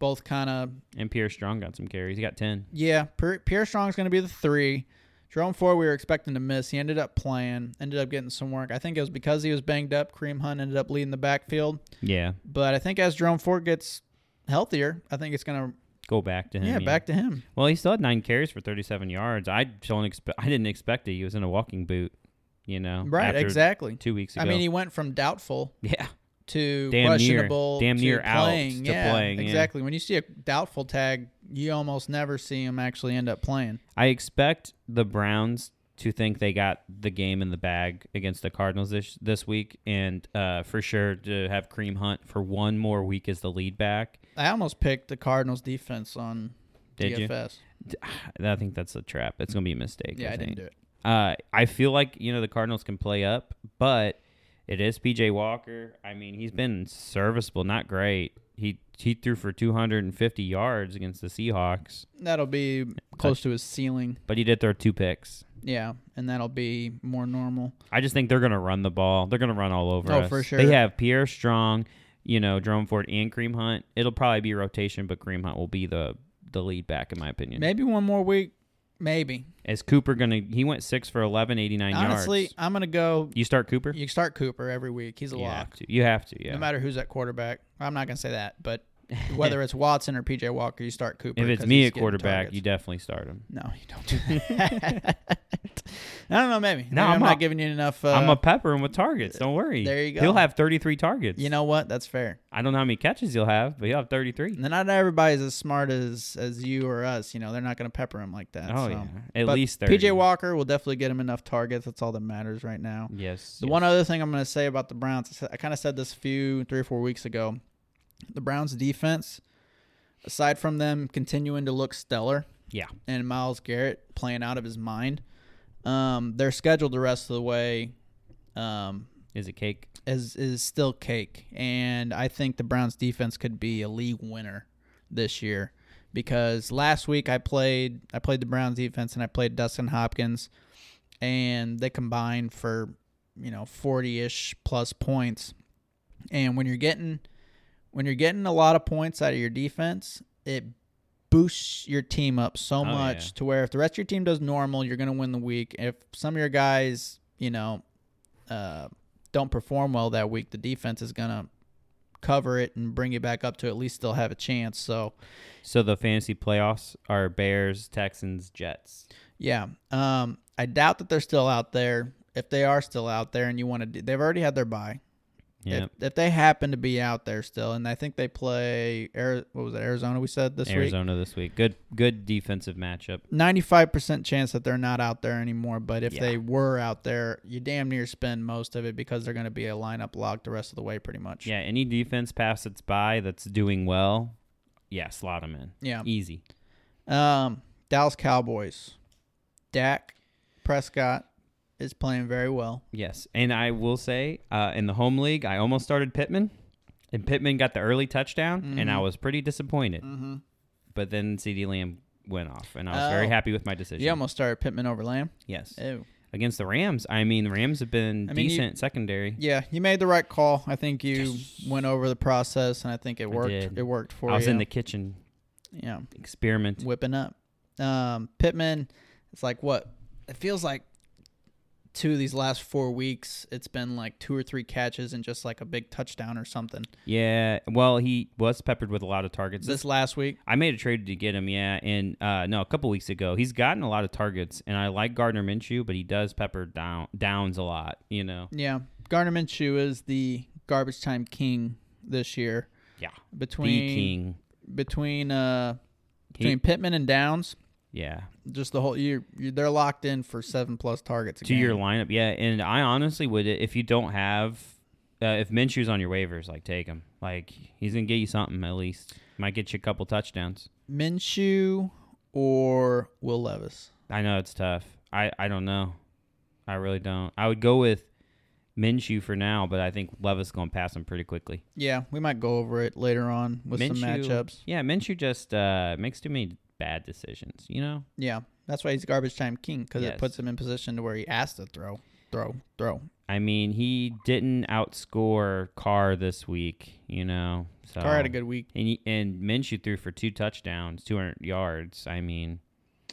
[SPEAKER 3] both kind of
[SPEAKER 2] And Pierre Strong got some carries. He got 10.
[SPEAKER 3] Yeah, Pier- Pierre Strong's going to be the three. Jerome Ford, we were expecting to miss. He ended up playing, ended up getting some work. I think it was because he was banged up. Kareem Hunt ended up leading the backfield.
[SPEAKER 2] Yeah.
[SPEAKER 3] But I think as Jerome Ford gets healthier, I think it's going
[SPEAKER 2] Go back to
[SPEAKER 3] to,
[SPEAKER 2] him.
[SPEAKER 3] yeah, back to him.
[SPEAKER 2] Well, he still had nine carries for 37 yards. I don't expect. I didn't expect it. He was in a walking boot, you know.
[SPEAKER 3] Right,
[SPEAKER 2] after
[SPEAKER 3] exactly.
[SPEAKER 2] Two weeks ago.
[SPEAKER 3] I mean, he went from doubtful
[SPEAKER 2] yeah.
[SPEAKER 3] to
[SPEAKER 2] Damn near-
[SPEAKER 3] questionable
[SPEAKER 2] damn
[SPEAKER 3] to
[SPEAKER 2] near out
[SPEAKER 3] playing.
[SPEAKER 2] to
[SPEAKER 3] yeah,
[SPEAKER 2] playing, yeah.
[SPEAKER 3] exactly. When you see a doubtful tag, you almost never see him actually end up playing.
[SPEAKER 2] I expect the Browns to think they got the game in the bag against the Cardinals this this week, and uh, for sure to have Cream Hunt for one more week as the lead back.
[SPEAKER 3] I almost picked the Cardinals defense on
[SPEAKER 2] Did you?
[SPEAKER 3] DFS.
[SPEAKER 2] I think that's a trap. It's gonna be a mistake.
[SPEAKER 3] Yeah, I
[SPEAKER 2] think.
[SPEAKER 3] didn't do it.
[SPEAKER 2] Uh, I feel like you know the Cardinals can play up, but it is PJ Walker. I mean, he's been serviceable, not great. He he threw for 250 yards against the Seahawks,
[SPEAKER 3] That'll be close to his ceiling.
[SPEAKER 2] but he did throw two picks.
[SPEAKER 3] Yeah, and that'll be more normal.
[SPEAKER 2] I just think they're going to run the ball. They're going to run all over
[SPEAKER 3] Oh,
[SPEAKER 2] us.
[SPEAKER 3] for sure.
[SPEAKER 2] They have Pierre Strong, you know, Jerome Ford, and Cream Hunt. It'll probably be rotation, but Cream Hunt will be the the lead back in my opinion.
[SPEAKER 3] Maybe one more week. Maybe.
[SPEAKER 2] Is Cooper going to? He went six for 11, 89
[SPEAKER 3] Honestly,
[SPEAKER 2] yards.
[SPEAKER 3] I'm gonna go.
[SPEAKER 2] You start Cooper.
[SPEAKER 3] You start Cooper every week. He's a
[SPEAKER 2] You
[SPEAKER 3] lock.
[SPEAKER 2] have to. You have to. Yeah.
[SPEAKER 3] No matter who's at quarterback. I'm not gonna say that, but whether it's Watson or PJ Walker, you start Cooper.
[SPEAKER 2] if
[SPEAKER 3] 'cause
[SPEAKER 2] it's
[SPEAKER 3] he's
[SPEAKER 2] me at
[SPEAKER 3] getting
[SPEAKER 2] quarterback,
[SPEAKER 3] targets.
[SPEAKER 2] you definitely start him.
[SPEAKER 3] no, you don't do that. I don't know. Maybe. Maybe I'm,
[SPEAKER 2] I'm
[SPEAKER 3] not
[SPEAKER 2] a-
[SPEAKER 3] giving you enough. Uh,
[SPEAKER 2] I'm a pepper him with targets. Don't worry.
[SPEAKER 3] there you go.
[SPEAKER 2] He'll have 33 targets.
[SPEAKER 3] You know what? That's fair.
[SPEAKER 2] I don't know how many catches he'll have, but he'll have 33.
[SPEAKER 3] And not everybody's as smart as as you or us. You know, they're not gonna pepper him like that.
[SPEAKER 2] Oh
[SPEAKER 3] so.
[SPEAKER 2] yeah, at
[SPEAKER 3] But
[SPEAKER 2] least 30.
[SPEAKER 3] PJ Walker will definitely get him enough targets. That's all that matters right now.
[SPEAKER 2] Yes.
[SPEAKER 3] The
[SPEAKER 2] yes.
[SPEAKER 3] one other thing I'm going to say about the Browns, I said- I kind of said this a few, three or four weeks ago. The Browns' defense, aside from them continuing to look stellar
[SPEAKER 2] Yeah.
[SPEAKER 3] and Miles Garrett playing out of his mind, um, they're scheduled the rest of the way um,
[SPEAKER 2] Is it cake?
[SPEAKER 3] is is still cake, and I think the Browns defense could be a league winner this year because last week I played I played the Browns defense and I played Dustin Hopkins, and they combined for you know forty ish plus points, and when you're getting when you're getting a lot of points out of your defense, it boosts your team up so much
[SPEAKER 2] yeah.
[SPEAKER 3] to where if the rest of your team does normal, you're going to win the week. If some of your guys, you know, uh, don't perform well that week, the defense is going to cover it and bring you back up to at least still have a chance. So,
[SPEAKER 2] So the fantasy playoffs are Bears, Texans, Jets.
[SPEAKER 3] yeah, um, I doubt that they're still out there. If they are still out there and you want to, do, they've already had their bye.
[SPEAKER 2] Yep.
[SPEAKER 3] If, if they happen to be out there still, and I think they play, Ari- what was it, Arizona we said this week?
[SPEAKER 2] Arizona this week. Good good defensive matchup.
[SPEAKER 3] 95% chance that they're not out there anymore, but if
[SPEAKER 2] Yeah.
[SPEAKER 3] they were out there, you damn near spend most of it because they're going to be a lineup lock the rest of the way pretty much.
[SPEAKER 2] Yeah, any defense pass that's by that's doing well, yeah, slot them in.
[SPEAKER 3] Yeah.
[SPEAKER 2] Easy.
[SPEAKER 3] Um, Dallas Cowboys. Dak Prescott is playing very well.
[SPEAKER 2] Yes. And I will say, uh, in the home league, I almost started Pittman, and Pittman got the early touchdown, and
[SPEAKER 3] Mm-hmm.
[SPEAKER 2] I was pretty disappointed. Mm-hmm. But then CD Lamb went off, and I was very
[SPEAKER 3] Oh.
[SPEAKER 2] happy with my decision.
[SPEAKER 3] You almost started Pittman over Lamb.
[SPEAKER 2] yes.
[SPEAKER 3] Ew.
[SPEAKER 2] Against the Rams, I mean, the Rams have been
[SPEAKER 3] I mean, you-
[SPEAKER 2] decent secondary.
[SPEAKER 3] Yeah, you made the right call. I think you went over the process, and I think it worked.
[SPEAKER 2] did.
[SPEAKER 3] It worked for
[SPEAKER 2] I was
[SPEAKER 3] you.
[SPEAKER 2] in the kitchen
[SPEAKER 3] yeah.
[SPEAKER 2] experimenting.
[SPEAKER 3] whipping up. Um, Pittman, it's like what it feels like. Two of these last four weeks, it's been like two or three catches and just like a big touchdown or something.
[SPEAKER 2] Yeah, well, he was peppered with a lot of targets.
[SPEAKER 3] This last week,
[SPEAKER 2] I made a trade to get him, yeah, and uh, no, a couple weeks ago, he's gotten a lot of targets, and I like Gardner Minshew, but he does pepper down downs a lot, you know.
[SPEAKER 3] yeah, Garner Minshew is the garbage time king this year.
[SPEAKER 2] Yeah,
[SPEAKER 3] Between
[SPEAKER 2] the king.
[SPEAKER 3] between uh
[SPEAKER 2] He-
[SPEAKER 3] between Pittman and Downs,
[SPEAKER 2] yeah,
[SPEAKER 3] just the whole you you they're locked in for seven plus targets. A
[SPEAKER 2] to
[SPEAKER 3] game.
[SPEAKER 2] your lineup, yeah, and I honestly would if you don't have, uh, if Minshew's on your waivers, like take him, like he's gonna get you something at least, might get you a couple touchdowns.
[SPEAKER 3] Minshew or Will Levis.
[SPEAKER 2] I know it's tough. I I don't know. I really don't. I would go with Minshew for now, but I think Levis gonna pass him pretty quickly.
[SPEAKER 3] Yeah, we might go over it later on with some matchups.
[SPEAKER 2] Yeah, Minshew just uh, makes too many bad decisions. You know,
[SPEAKER 3] Yeah, that's why he's garbage time king because it
[SPEAKER 2] Yes.
[SPEAKER 3] puts him in position to where he has to throw, throw, throw.
[SPEAKER 2] I mean, he didn't outscore Carr this week. You know, so
[SPEAKER 3] Carr had a good week.
[SPEAKER 2] and he- and Minshew threw for two touchdowns, two hundred yards. I mean,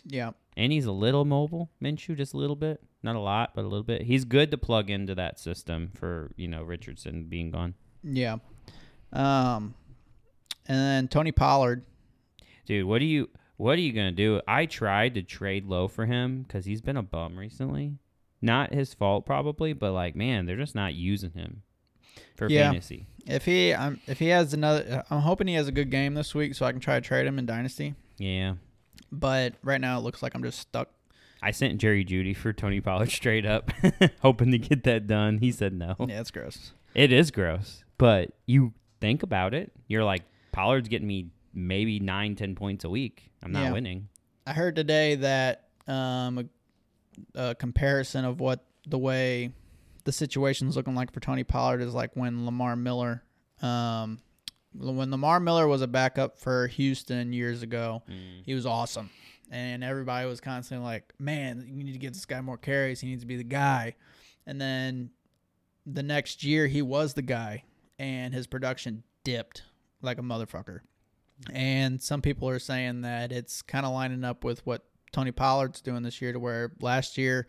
[SPEAKER 3] Yeah,
[SPEAKER 2] and he's a little mobile. Minshew just a little bit, not a lot, but a little bit. He's good to plug into that system for you know Richardson being gone.
[SPEAKER 3] yeah. Um, and then Tony Pollard.
[SPEAKER 2] Dude, what do you what are you gonna do? I tried to trade low for him because he's been a bum recently. Not his fault probably, but like man, they're just not using him. for
[SPEAKER 3] Yeah.
[SPEAKER 2] fantasy.
[SPEAKER 3] If he um, if he has another, I'm hoping he has a good game this week so I can try to trade him in Dynasty.
[SPEAKER 2] Yeah.
[SPEAKER 3] But right now it looks like I'm just stuck.
[SPEAKER 2] I sent Jerry Judy for Tony Pollard straight up, hoping to get that done. He said no.
[SPEAKER 3] Yeah, it's gross.
[SPEAKER 2] It is gross, but you think about it. You're like Pollard's getting me maybe nine, ten points a week. I'm not
[SPEAKER 3] Yeah.
[SPEAKER 2] winning.
[SPEAKER 3] I heard today that um, a, a comparison of what the way the situation's looking like for Tony Pollard is like when Lamar Miller, um, when Lamar Miller was a backup for Houston years ago,
[SPEAKER 2] Mm.
[SPEAKER 3] he was awesome, and everybody was constantly like, "Man, you need to give this guy more carries. He needs to be the guy." And then the next year, he was the guy, and his production dipped like a motherfucker. And some people are saying that it's kind of lining up with what Tony Pollard's doing this year, to where last year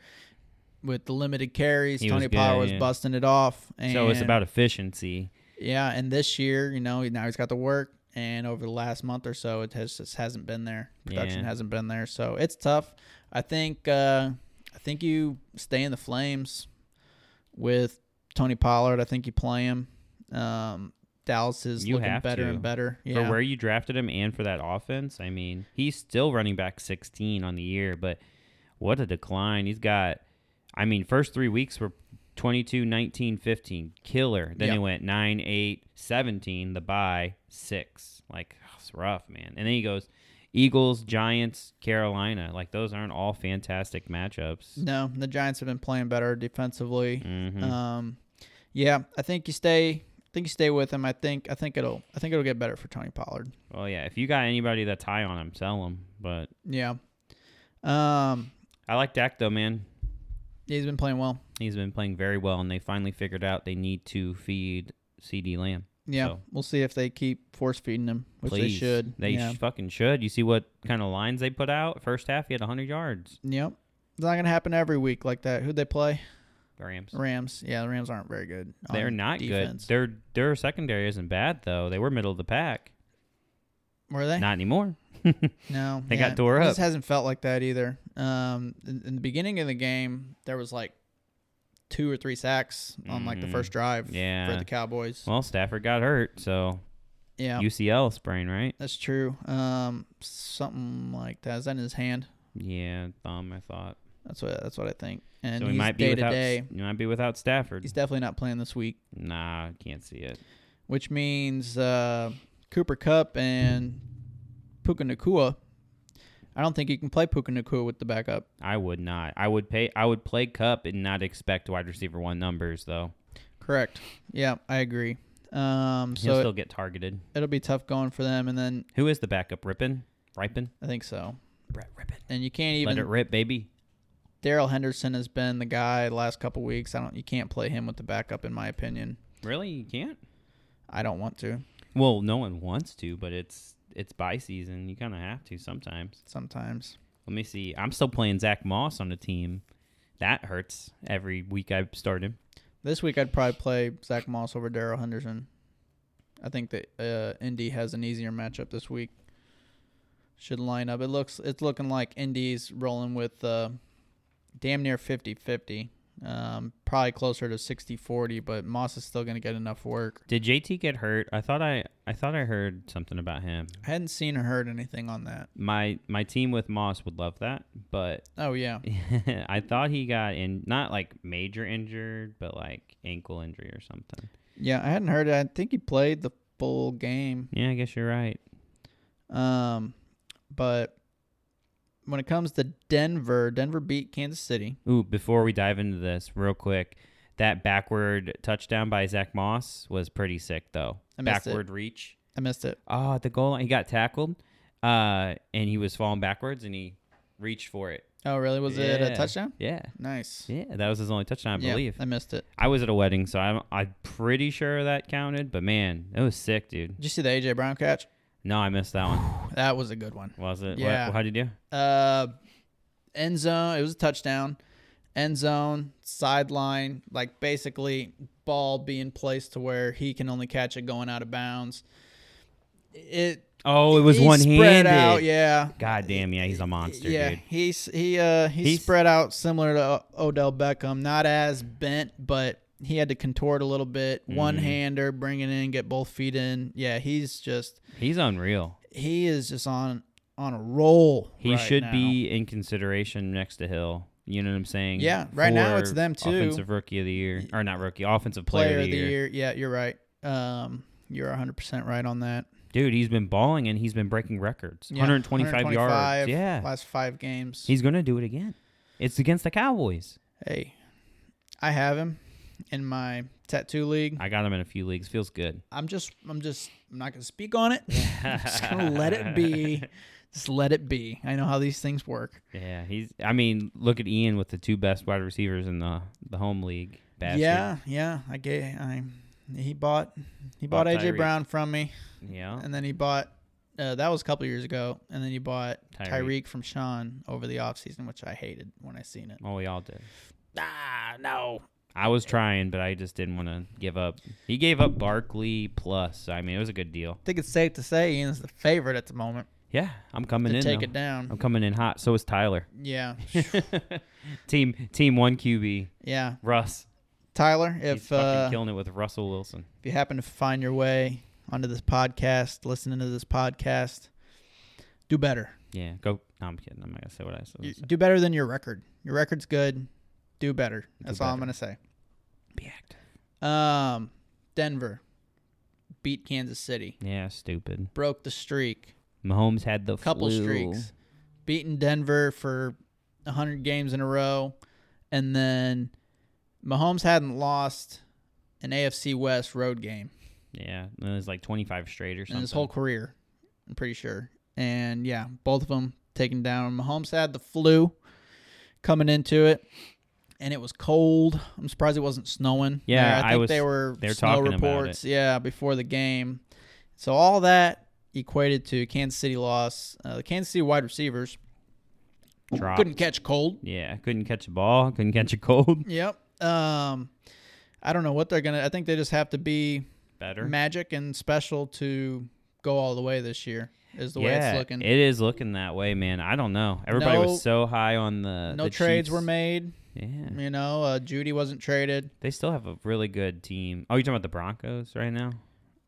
[SPEAKER 3] with the limited carries,
[SPEAKER 2] He was
[SPEAKER 3] Tony
[SPEAKER 2] good,
[SPEAKER 3] Pollard was
[SPEAKER 2] yeah.
[SPEAKER 3] busting it off. And
[SPEAKER 2] So it's about efficiency.
[SPEAKER 3] yeah. And this year, you know, now he's got the work, and over the last month or so, it has just hasn't been there. Production
[SPEAKER 2] Yeah.
[SPEAKER 3] hasn't been there, so it's tough. I think uh, I think you stay in the flames with Tony Pollard. I think you play him. Um, Dallas is
[SPEAKER 2] You
[SPEAKER 3] looking
[SPEAKER 2] have
[SPEAKER 3] better
[SPEAKER 2] to.
[SPEAKER 3] and better. Yeah.
[SPEAKER 2] For where you drafted him and for that offense, I mean, he's still running back 16 on the year, but what a decline. He's got, I mean, first three weeks were 22, 19, 15. Killer. Then he
[SPEAKER 3] Yeah.
[SPEAKER 2] went 9, 8, 17, the bye, 6. Like, oh, it's rough, man. And then he goes Eagles, Giants, Carolina. Like, those aren't all fantastic matchups.
[SPEAKER 3] No, the Giants have been playing better defensively.
[SPEAKER 2] Mhm.
[SPEAKER 3] Um, yeah, I think you stay. I think you stay with him. I think. I think it'll. I think it'll get better for Tony Pollard.
[SPEAKER 2] Well, yeah, if you got anybody that's high on him, sell him. But
[SPEAKER 3] Yeah. Um,
[SPEAKER 2] I like Dak, though, man.
[SPEAKER 3] he's been playing well.
[SPEAKER 2] He's been playing very well, and they finally figured out they need to feed CD Lamb.
[SPEAKER 3] Yeah,
[SPEAKER 2] So-
[SPEAKER 3] we'll see if they keep force feeding him, which
[SPEAKER 2] Please.
[SPEAKER 3] they should.
[SPEAKER 2] They
[SPEAKER 3] yeah.
[SPEAKER 2] sh- fucking should. You see what kind of lines they put out? First half, he had 100 yards.
[SPEAKER 3] yep. It's not gonna happen every week like that. Who'd they play?
[SPEAKER 2] Rams.
[SPEAKER 3] Rams. Yeah, the Rams aren't very good. on
[SPEAKER 2] They're not
[SPEAKER 3] defense.
[SPEAKER 2] good. Their their secondary isn't bad though. They were middle of the pack.
[SPEAKER 3] Were they?
[SPEAKER 2] Not anymore.
[SPEAKER 3] No,
[SPEAKER 2] They got tore
[SPEAKER 3] It
[SPEAKER 2] up.
[SPEAKER 3] just hasn't felt like that either. Um, in, in the beginning of the game, there was like two or three sacks on like the
[SPEAKER 2] Mhm.
[SPEAKER 3] first drive for
[SPEAKER 2] Yeah.
[SPEAKER 3] the Cowboys.
[SPEAKER 2] well, Stafford got hurt, so
[SPEAKER 3] yeah,
[SPEAKER 2] UCL sprain, right?
[SPEAKER 3] that's true. Um, something like that. Is that in his hand?
[SPEAKER 2] Yeah, thumb. I thought.
[SPEAKER 3] That's what that's what I think. And
[SPEAKER 2] so he
[SPEAKER 3] he's
[SPEAKER 2] might be
[SPEAKER 3] day to
[SPEAKER 2] without.
[SPEAKER 3] day.
[SPEAKER 2] He might be without Stafford.
[SPEAKER 3] He's definitely not playing this week,
[SPEAKER 2] Nah, can't see it.
[SPEAKER 3] which means uh, Cooper Cup and Puka Nakua. I don't think you can play Puka Nakua with the backup.
[SPEAKER 2] I would not. I would pay. I would play Cup and not expect wide receiver one numbers though.
[SPEAKER 3] Correct. Yeah, I agree. Um,
[SPEAKER 2] He'll
[SPEAKER 3] so
[SPEAKER 2] still get targeted.
[SPEAKER 3] it'll be tough going for them, and then
[SPEAKER 2] Who is the backup? Rippin? Ripon?
[SPEAKER 3] I think so.
[SPEAKER 2] Brett Rippin.
[SPEAKER 3] And you can't
[SPEAKER 2] Let it
[SPEAKER 3] even.
[SPEAKER 2] rip, baby.
[SPEAKER 3] Daryl Henderson has been the guy the last couple weeks. I don't. You can't play him with the backup, in my opinion.
[SPEAKER 2] Really? You can't?
[SPEAKER 3] I don't want to.
[SPEAKER 2] Well, no one wants to, but it's it's bye season. You kind of have to sometimes.
[SPEAKER 3] Sometimes
[SPEAKER 2] Let me see. I'm still playing Zach Moss on the team. That hurts every week I start him.
[SPEAKER 3] this week I'd probably play Zach Moss over Daryl Henderson. I think that uh, Indy has an easier matchup this week. Should line up. It looks. It's looking like Indy's rolling with uh, damn near 50-50. Um, probably closer to 60-40, but Moss is still going to get enough work.
[SPEAKER 2] Did JT get hurt? I thought I I thought I heard something about him.
[SPEAKER 3] I hadn't seen or heard anything on that.
[SPEAKER 2] My my team with Moss would love that, but
[SPEAKER 3] Oh yeah.
[SPEAKER 2] I thought he got in not like major injured, but like ankle injury or something.
[SPEAKER 3] Yeah, I hadn't heard it. I think he played the full game.
[SPEAKER 2] Yeah, I guess you're right.
[SPEAKER 3] Um, but when it comes to Denver, Denver beat Kansas City.
[SPEAKER 2] Ooh, before we dive into this, real quick, that backward touchdown by Zach Moss was pretty sick, though.
[SPEAKER 3] I missed it.
[SPEAKER 2] backward reach.
[SPEAKER 3] I missed it.
[SPEAKER 2] Oh, at the goal line, he got tackled, uh, and he was falling backwards, and he reached for it.
[SPEAKER 3] Oh, really? Was it a
[SPEAKER 2] Yeah.
[SPEAKER 3] touchdown?
[SPEAKER 2] Yeah,
[SPEAKER 3] Nice.
[SPEAKER 2] yeah, that was his only touchdown, I
[SPEAKER 3] Yeah,
[SPEAKER 2] believe.
[SPEAKER 3] I missed it.
[SPEAKER 2] I was at a wedding, so I'm I'm pretty sure that counted. But man, it was sick, dude.
[SPEAKER 3] Did you see the AJ Brown catch?
[SPEAKER 2] No, I missed that one.
[SPEAKER 3] That was a good one.
[SPEAKER 2] Was it? What-
[SPEAKER 3] Yeah.
[SPEAKER 2] how did you?
[SPEAKER 3] Uh, end zone. It was a touchdown. End zone, sideline, like basically ball being placed to where he can only catch it going out of bounds. It
[SPEAKER 2] Oh, it was
[SPEAKER 3] he
[SPEAKER 2] one
[SPEAKER 3] spread
[SPEAKER 2] handed.
[SPEAKER 3] out, yeah.
[SPEAKER 2] God damn, yeah, he's a monster,
[SPEAKER 3] yeah,
[SPEAKER 2] dude.
[SPEAKER 3] he's he uh he's,
[SPEAKER 2] He's-
[SPEAKER 3] spread out similar to O- Odell Beckham, not as bent, but he had to contort a little bit, one
[SPEAKER 2] Mhm.
[SPEAKER 3] hander, bring it in, get both feet in. Yeah, he's just
[SPEAKER 2] He's unreal.
[SPEAKER 3] he is just on on a roll.
[SPEAKER 2] He
[SPEAKER 3] right
[SPEAKER 2] should
[SPEAKER 3] now.
[SPEAKER 2] be in consideration next to Hill. You know what I'm saying?
[SPEAKER 3] Yeah, right now it's
[SPEAKER 2] For
[SPEAKER 3] them too.
[SPEAKER 2] Offensive rookie of the year, or not rookie, offensive player,
[SPEAKER 3] player
[SPEAKER 2] of, the year.
[SPEAKER 3] Yeah, you're right. Um, you're 100 percent right on that.
[SPEAKER 2] Dude, he's been balling and he's been breaking records.
[SPEAKER 3] Yeah,
[SPEAKER 2] 125, yards.
[SPEAKER 3] 125,
[SPEAKER 2] Yeah,
[SPEAKER 3] last five games.
[SPEAKER 2] he's gonna do it again. It's against the Cowboys.
[SPEAKER 3] hey, I have him in my tattoo league.
[SPEAKER 2] I got him in a few leagues. Feels good.
[SPEAKER 3] I'm just, I'm just, I'm not gonna speak on it. I'm just gonna let it be. Just let it be. I know how these things work.
[SPEAKER 2] Yeah, he's. I mean, look at Ian with the two best wide receivers in the the home league. Bastard.
[SPEAKER 3] Yeah, yeah. I gave. I he bought he
[SPEAKER 2] Bought
[SPEAKER 3] bought, AJ
[SPEAKER 2] Tyreek.
[SPEAKER 3] Brown from me,
[SPEAKER 2] yeah.
[SPEAKER 3] and then he bought. Uh, that was a couple years ago, and then he bought
[SPEAKER 2] Tyreek.
[SPEAKER 3] Tyreek from Sean over the offseason, which I hated when I seen it.
[SPEAKER 2] Oh, we all did.
[SPEAKER 3] Ah, no.
[SPEAKER 2] I was trying, but I just didn't want to give up. He gave up Barkley plus. I mean, it was a good deal.
[SPEAKER 3] I think it's safe to say Ian's the favorite at the moment
[SPEAKER 2] Yeah, I'm coming
[SPEAKER 3] to
[SPEAKER 2] in.
[SPEAKER 3] take
[SPEAKER 2] though.
[SPEAKER 3] it down.
[SPEAKER 2] I'm coming in hot. So is Tyler.
[SPEAKER 3] Yeah,
[SPEAKER 2] team Team One QB
[SPEAKER 3] yeah.
[SPEAKER 2] Russ.
[SPEAKER 3] Tyler,
[SPEAKER 2] He's
[SPEAKER 3] if
[SPEAKER 2] fucking
[SPEAKER 3] uh,
[SPEAKER 2] killing it with Russell Wilson.
[SPEAKER 3] if you happen to find your way onto this podcast, listening to this podcast, do better.
[SPEAKER 2] Yeah, go. No, I'm kidding. I'm not gonna say what I said.
[SPEAKER 3] You- do better than your record. Your record's good. Do better. That's all I'm
[SPEAKER 2] better.
[SPEAKER 3] gonna say.
[SPEAKER 2] be active.
[SPEAKER 3] Um, Denver beat Kansas City,
[SPEAKER 2] Yeah, stupid.
[SPEAKER 3] broke the streak,
[SPEAKER 2] Mahomes had the
[SPEAKER 3] couple
[SPEAKER 2] flu.
[SPEAKER 3] streaks, beaten Denver for hundred games in a row, and then Mahomes hadn't lost an AFC West road game
[SPEAKER 2] Yeah, and it was like 25 straight or something.
[SPEAKER 3] in his whole career. I'm pretty sure. And yeah, both of them taken down. Mahomes had the flu coming into it, and it was cold. I'm surprised it wasn't snowing.
[SPEAKER 2] Yeah,
[SPEAKER 3] there. I
[SPEAKER 2] I
[SPEAKER 3] think
[SPEAKER 2] was-
[SPEAKER 3] they were
[SPEAKER 2] they're
[SPEAKER 3] snow
[SPEAKER 2] talking about
[SPEAKER 3] reports. Yeah, before the game. So all that equated to Kansas City loss. Uh, the Kansas City wide receivers
[SPEAKER 2] Dropped.
[SPEAKER 3] couldn't catch cold.
[SPEAKER 2] Yeah, couldn't catch a ball. Couldn't catch a cold.
[SPEAKER 3] Yep. Um, I don't know what they're gonna. I think they just have to be
[SPEAKER 2] Better.
[SPEAKER 3] magic and special to go all the way this year. Is the way it's looking.
[SPEAKER 2] It is looking that way, man. I don't know. Everybody
[SPEAKER 3] No-
[SPEAKER 2] was so high on Uh, the
[SPEAKER 3] no
[SPEAKER 2] the
[SPEAKER 3] trades
[SPEAKER 2] Chiefs.
[SPEAKER 3] were made.
[SPEAKER 2] Yeah,
[SPEAKER 3] You know, uh, Judy wasn't traded.
[SPEAKER 2] they still have a really good team. Oh, you're talking about the Broncos right now?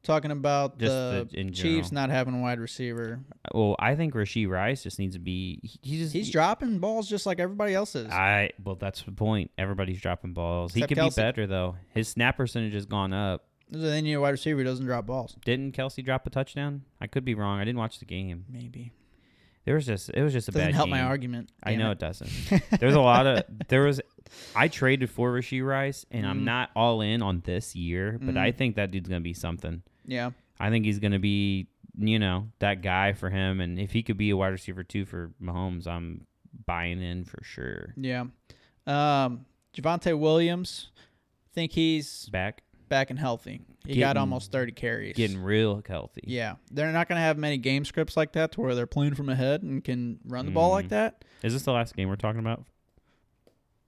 [SPEAKER 3] Talking about
[SPEAKER 2] Just
[SPEAKER 3] the,
[SPEAKER 2] the- in
[SPEAKER 3] Chiefs not having a wide receiver.
[SPEAKER 2] Well, I think Rasheed Rice just needs to be. He, he just
[SPEAKER 3] He's dropping balls just like everybody else is.
[SPEAKER 2] I well, that's the point. Everybody's dropping balls. he
[SPEAKER 3] Except
[SPEAKER 2] could
[SPEAKER 3] Kelsey.
[SPEAKER 2] be better though. His snap percentage has gone up.
[SPEAKER 3] They need E a wide receiver who doesn't drop balls.
[SPEAKER 2] Didn't Kelsey drop a touchdown? I could be wrong. I didn't watch the game.
[SPEAKER 3] Maybe
[SPEAKER 2] There was just it was just a
[SPEAKER 3] doesn't
[SPEAKER 2] bad
[SPEAKER 3] help my
[SPEAKER 2] game.
[SPEAKER 3] argument.
[SPEAKER 2] I
[SPEAKER 3] damn
[SPEAKER 2] know
[SPEAKER 3] it.
[SPEAKER 2] it doesn't. There's a lot of there was. I traded for Rasheed Rice, and I'm
[SPEAKER 3] Mm.
[SPEAKER 2] not all in on this year, but I think that dude's gonna be something.
[SPEAKER 3] Yeah,
[SPEAKER 2] I think he's gonna be you know that guy for him, and if he could be a wide receiver too for Mahomes, I'm buying in for sure.
[SPEAKER 3] yeah. Um, Javante Williams, think he's
[SPEAKER 2] Back
[SPEAKER 3] back and healthy. He got
[SPEAKER 2] Getting-
[SPEAKER 3] almost thirty carries.
[SPEAKER 2] getting real healthy.
[SPEAKER 3] yeah, they're not going to have many game scripts like that to where they're playing from ahead and can run the ball
[SPEAKER 2] Mm.
[SPEAKER 3] like that.
[SPEAKER 2] Is this the last game we're talking about?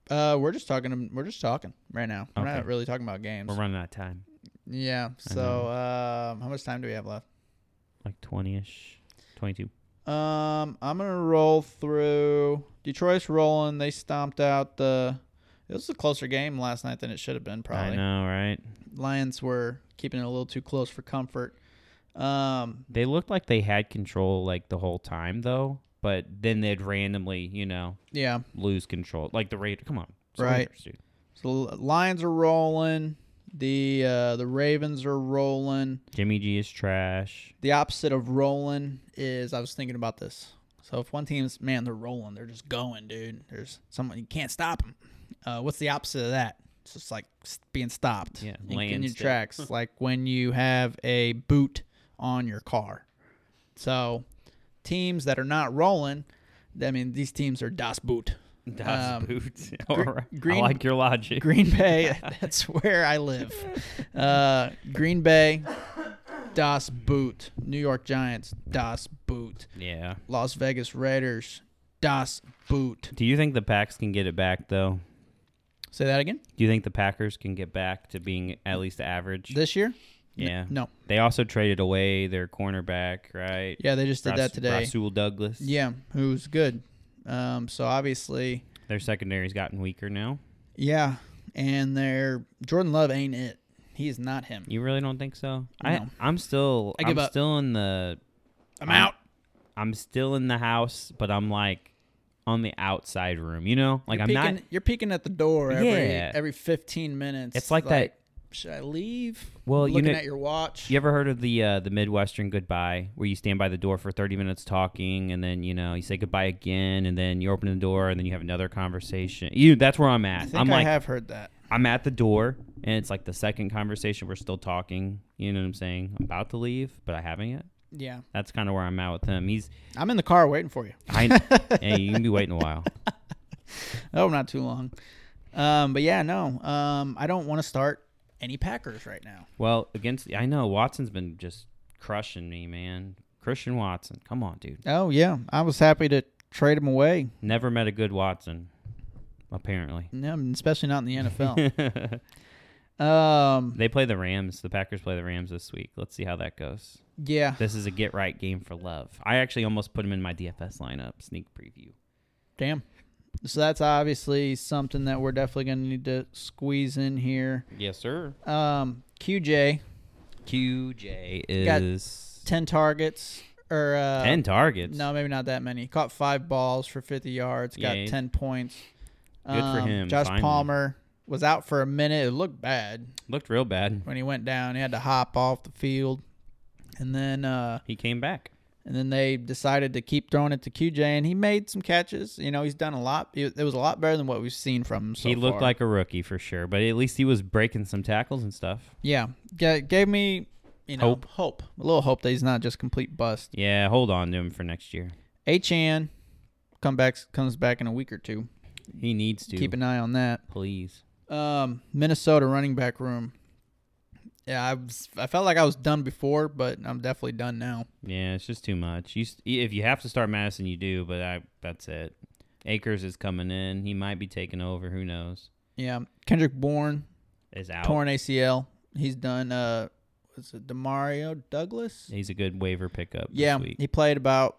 [SPEAKER 3] Uh, we're just talking. We're just talking right now. We're
[SPEAKER 2] Okay.
[SPEAKER 3] not really talking about games.
[SPEAKER 2] We're running out of time.
[SPEAKER 3] Yeah. So, um, how much time do we have left?
[SPEAKER 2] Like twenty ish, twenty two.
[SPEAKER 3] Um, I'm gonna roll through. Detroit's rolling. They stomped out the. It was a closer game last night than it should have been.
[SPEAKER 2] I
[SPEAKER 3] Probably.
[SPEAKER 2] know, right?
[SPEAKER 3] Lions were keeping it a little too close for comfort. Um,
[SPEAKER 2] They looked like they had control like the whole time though, but then they'd randomly, you know,
[SPEAKER 3] yeah.
[SPEAKER 2] lose control. Like the Raiders. Come on. It's the
[SPEAKER 3] Right.
[SPEAKER 2] Raiders, dude.
[SPEAKER 3] So the Lions are rolling. The uh, the Ravens are rolling.
[SPEAKER 2] Jimmy G is trash.
[SPEAKER 3] The opposite of rolling is I was thinking about this. So if one team's man, they're rolling, they're just going, dude. There's someone you can't stop them. Uh, what's the opposite of that? It's just like s- being stopped
[SPEAKER 2] Yeah,
[SPEAKER 3] in, in
[SPEAKER 2] laying
[SPEAKER 3] your
[SPEAKER 2] still.
[SPEAKER 3] tracks, like when you have a boot on your car. So teams that are not rolling, I mean, these teams are das Boot.
[SPEAKER 2] Das
[SPEAKER 3] Um,
[SPEAKER 2] Boot.
[SPEAKER 3] Gre-
[SPEAKER 2] Alright. I
[SPEAKER 3] Green-
[SPEAKER 2] like your logic.
[SPEAKER 3] Green Bay, that's where I live. Uh, Green Bay, Das Boot. New York Giants, Das Boot.
[SPEAKER 2] yeah.
[SPEAKER 3] Las Vegas Raiders, Das Boot.
[SPEAKER 2] Do you think the Packs can get it back though?
[SPEAKER 3] Say that again.
[SPEAKER 2] Do you think the Packers can get back to being at least average?
[SPEAKER 3] This year?
[SPEAKER 2] yeah.
[SPEAKER 3] No.
[SPEAKER 2] They also traded away their cornerback, right?
[SPEAKER 3] Yeah, they just did that today.
[SPEAKER 2] Rasul Douglas.
[SPEAKER 3] Yeah, who's good. Um, so obviously,
[SPEAKER 2] Their secondary's gotten weaker now.
[SPEAKER 3] yeah. and they're Jordan Love ain't it. He is not him.
[SPEAKER 2] You really don't think so? I
[SPEAKER 3] No.
[SPEAKER 2] I'm still
[SPEAKER 3] I
[SPEAKER 2] I am
[SPEAKER 3] give up.
[SPEAKER 2] still in the
[SPEAKER 3] I'm out.
[SPEAKER 2] I'm still in the house, but I'm like on the outside room, you know? Like
[SPEAKER 3] you're
[SPEAKER 2] I'm
[SPEAKER 3] peeking,
[SPEAKER 2] not
[SPEAKER 3] You're peeking at the door every
[SPEAKER 2] Yeah.
[SPEAKER 3] every 15 minutes.
[SPEAKER 2] It's like that-
[SPEAKER 3] Should I leave?
[SPEAKER 2] Well, you
[SPEAKER 3] looking
[SPEAKER 2] know-
[SPEAKER 3] at your watch.
[SPEAKER 2] You ever heard of the uh, the Midwestern goodbye, where you stand by the door for thirty minutes talking, and then you know you say goodbye again, and then you open the door, and then you have another conversation. You that's where I'm at.
[SPEAKER 3] I think
[SPEAKER 2] I'm
[SPEAKER 3] I
[SPEAKER 2] like
[SPEAKER 3] have heard that.
[SPEAKER 2] I'm at the door, and it's like the second conversation. We're still talking. You know what I'm saying? I'm about to leave, but I haven't yet.
[SPEAKER 3] Yeah,
[SPEAKER 2] That's kind of where I'm at with him. He's
[SPEAKER 3] I'm in the car waiting for you.
[SPEAKER 2] I hey, you can be waiting a while.
[SPEAKER 3] Oh, not too long. Um, but yeah, no. Um, I don't want to start any Packers right now.
[SPEAKER 2] Well, against I know Watson's been just crushing me, man. Christian Watson, come on, dude.
[SPEAKER 3] Oh yeah, I was happy to trade him away.
[SPEAKER 2] Never met a good Watson, apparently.
[SPEAKER 3] No, especially not in the NFL. um,
[SPEAKER 2] They play the Rams. The Packers play the Rams this week. Let's see how that goes.
[SPEAKER 3] yeah,
[SPEAKER 2] This is a get right game for Love. I actually almost put him in my DFS lineup sneak preview.
[SPEAKER 3] damn. So that's obviously something that we're definitely going to need to squeeze in here.
[SPEAKER 2] Yes, sir.
[SPEAKER 3] Um, QJ,
[SPEAKER 2] QJ
[SPEAKER 3] Got
[SPEAKER 2] is
[SPEAKER 3] 10 targets or uh,
[SPEAKER 2] 10 targets.
[SPEAKER 3] No, maybe not that many. Caught five balls for 50 yards. Got
[SPEAKER 2] Yeah.
[SPEAKER 3] 10 points. Um,
[SPEAKER 2] Good for him,
[SPEAKER 3] Josh
[SPEAKER 2] finally.
[SPEAKER 3] Palmer was out for a minute. It looked bad
[SPEAKER 2] Looked real bad.
[SPEAKER 3] when he went down. He had to hop off the field, and then uh,
[SPEAKER 2] He came back.
[SPEAKER 3] and then they decided to keep throwing it to QJ, and he made some catches. You know, he's done a lot. It it was a lot better than what we've seen from him. So
[SPEAKER 2] he looked
[SPEAKER 3] far.
[SPEAKER 2] like a rookie for sure, but at least he was breaking some tackles and stuff.
[SPEAKER 3] yeah, Ga- gave me you know
[SPEAKER 2] Hope.
[SPEAKER 3] hope a little hope that he's not just complete bust.
[SPEAKER 2] Yeah, hold on to him for next year.
[SPEAKER 3] Achan come back comes back in a week or two.
[SPEAKER 2] He needs to.
[SPEAKER 3] Keep an eye on that.
[SPEAKER 2] Please.
[SPEAKER 3] Um, Minnesota running back room. Yeah, I was, I felt like I was done before, but I'm definitely done now.
[SPEAKER 2] Yeah, it's just too much. You, s- if you have to start Madison, you do, but I, that's it. Akers is coming in. He might be taking over. Who knows?
[SPEAKER 3] Yeah, Kendrick Bourne
[SPEAKER 2] Is out.
[SPEAKER 3] torn ACL. He's done. Uh, was it Demario Douglas?
[SPEAKER 2] He's a good waiver pickup.
[SPEAKER 3] Yeah,
[SPEAKER 2] this week.
[SPEAKER 3] he played about